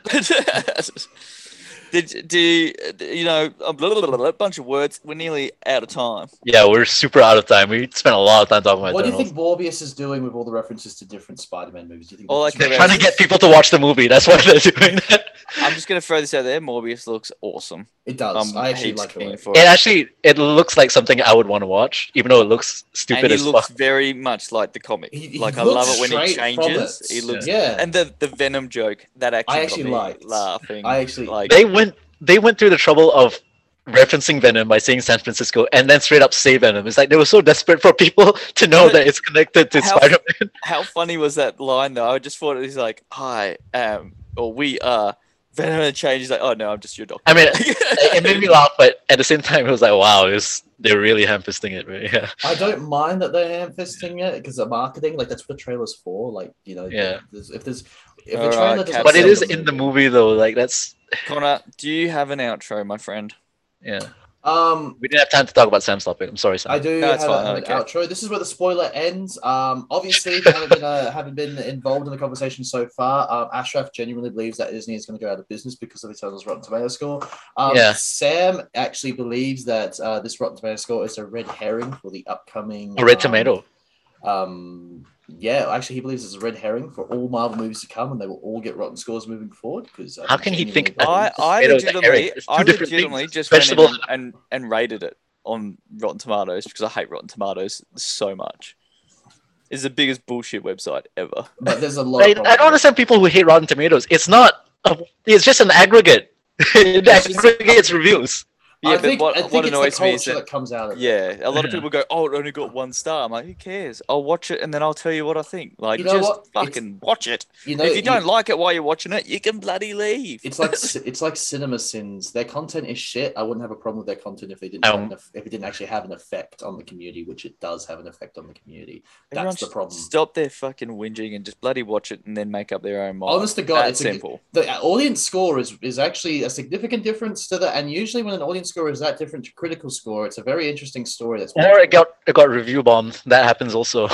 S3: Did do you know a blah, blah, blah, blah, bunch of words? We're nearly out of time.
S2: Yeah, we're super out of time. We spent a lot of time talking about
S1: what do you
S2: Eternals.
S1: think morbius is doing with all the references to different spider-man movies do you think
S3: All I
S1: that's
S2: *laughs*
S3: care
S2: They're
S1: just-
S3: about
S2: trying to get people to watch the movie. That's why they're doing that.
S3: I'm just gonna throw this out there. Morbius looks awesome.
S1: it does
S3: I'm
S1: i actually
S3: heaps
S1: like
S3: keen
S1: it
S3: for
S2: It
S3: it.
S2: actually it looks like something I would want to watch, even though it looks
S3: And
S2: stupid
S3: he
S2: as
S3: looks
S2: fuck.
S3: very much like the comic.
S1: He- he
S3: like I love
S1: looks
S3: it when he
S1: straight from
S3: changes.
S1: it.
S3: He looks
S1: yeah
S3: and the the Venom joke that actually,
S1: I
S3: got
S1: actually
S3: me
S1: liked.
S3: laughing.
S1: i actually
S3: like
S2: They went they went through the trouble of referencing Venom by saying San Francisco and then straight up say Venom. It's like they were so desperate for people *laughs* to know
S3: But
S2: that it's connected to
S3: how-
S2: Spider Man.
S3: how funny was that line though? I just thought it was like, "Hi, um, or we are Venom and Change." He's like, "Oh no, I'm just your doctor." *laughs*
S2: I mean, it made me laugh, but at the same time, it was like, wow, it was, they're really hamfisting it, right? Yeah.
S1: I don't mind that they're ham fisting it because the marketing, like that's what the trailer's for. Like you know,
S2: Yeah.
S1: there's- if there's if
S3: All
S1: the trailer
S3: right,
S1: doesn't
S3: Cap.
S2: But it
S1: sell
S2: is in the movie, though. Like, that's,
S3: Connor, do you have an outro, my friend?
S2: yeah.
S1: Um,
S2: We didn't have time to talk about Sam's topic. I'm sorry, Sam.
S1: I do
S3: No,
S1: have,
S3: it's fine,
S1: a-
S3: I
S1: an
S3: don't care.
S1: outro. This is where the spoiler ends. Um, obviously, if you haven't been, uh, haven't been involved in the conversation so far. Um, Ashraf genuinely believes that Disney is going to go out of business because of Eternal's Rotten Tomato score. Um,
S2: Yeah.
S1: Sam actually believes that uh, this Rotten Tomato score is a red herring for the upcoming
S2: A red
S1: um,
S2: tomato.
S1: Um, yeah, actually, he believes it's a red herring for all Marvel movies to come, and they will all get rotten scores moving forward. uh, Because
S2: How can he think that?
S3: I, I
S2: Potato and herring.
S3: legitimately,
S2: There's two
S3: I
S2: different
S3: legitimately
S2: things.
S3: just went in
S2: Vegetable-
S3: and, and rated it on Rotten Tomatoes because I hate Rotten Tomatoes so much. It's the biggest bullshit website ever.
S1: But there's a lot.
S2: I, I
S1: of problems.
S2: don't understand people who hate Rotten Tomatoes. It's not. A, it's just an aggregate. *laughs* it
S1: just-
S2: aggregates reviews.
S3: Yeah,
S1: I
S3: but
S1: think,
S3: what,
S1: I think
S3: what
S1: it's
S3: annoys
S1: the
S3: me is
S1: culture
S3: that
S1: that comes out of it.
S3: yeah, a lot of
S2: Yeah.
S3: people go, "Oh, it only got one star." I'm like, who cares? I'll watch it and then I'll tell you what I think. Like,
S1: You know
S3: just
S1: what? It's-
S3: fucking watch it.
S1: You know,
S3: if you
S1: you-
S3: don't like it while you're watching it, you can bloody leave.
S1: It's
S3: *laughs*
S1: like it's like cinema sins. Their content is shit. I wouldn't have a problem with their content if they didn't
S2: Um,
S1: have an, eff- if it didn't actually have an effect on the community, which it does have an effect on the community. That's
S3: Everyone
S1: the
S3: should
S1: problem.
S3: Stop their fucking whinging and just bloody watch it and then make up their own mind.
S1: Honest to God,
S3: That
S1: it's a-
S3: simple.
S1: The audience score is is actually a significant difference to that. And usually, when an audience score is that different to critical score, it's a very interesting story. That's
S2: Or it got it got review bombed. That happens also. *laughs*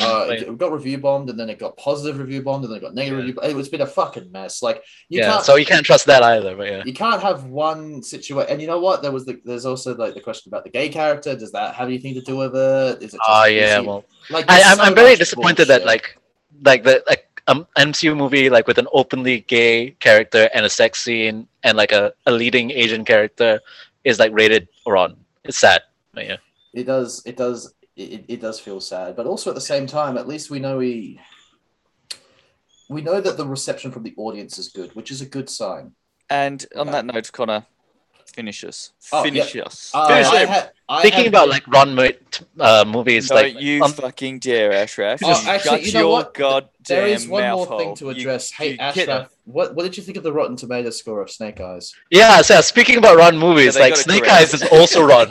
S1: Uh,
S2: Like-
S1: it, it got review bombed, and then it got positive review bombed, and then it got negative
S2: Yeah.
S1: review. It was been a fucking mess. Like you
S2: yeah,
S1: can't
S2: so you can't trust that either. But yeah,
S1: you can't have one situation. And you know what? There was the, there's also like the question about the gay character. Does that have anything to do with it? Is it?
S2: oh
S1: just-
S2: yeah.
S1: is it-
S2: Well,
S1: like
S2: I,
S1: there's
S2: I'm,
S1: so
S2: I'm very
S1: much
S2: disappointed
S1: bullshit.
S2: that like like the like um, MCU movie like with an openly gay character and a sex scene and like a, a leading Asian character is like rated Ron. It's sad. But yeah.
S1: it does it does it, it- it does feel sad, but also at the same time, at least we know we we know that the reception from the audience is good, which is a good sign.
S3: And on
S1: Okay.
S3: that note, Connor, finish us.
S1: Oh,
S3: Finish us.
S1: Uh,
S3: finish
S1: I
S3: him.
S1: had- I
S2: Thinking
S1: had-
S2: about like Ron mo- t- uh, movies
S3: No,
S2: like
S3: you
S2: um,
S3: fucking dare, Ashraf.
S1: Oh,
S3: Just
S1: actually,
S3: shut
S1: you know
S3: your
S1: what?
S3: goddamn
S1: there is one
S3: mouth
S1: more
S3: hole.
S1: thing to
S3: You-
S1: address. hey
S3: you kid-
S1: Ashraf, what what did you think of the Rotten Tomato score of Snake Eyes?
S2: yeah. So speaking about Ron movies,
S3: they
S2: like
S3: got it
S2: Snake
S3: correct. *laughs*
S2: Eyes is also Ron.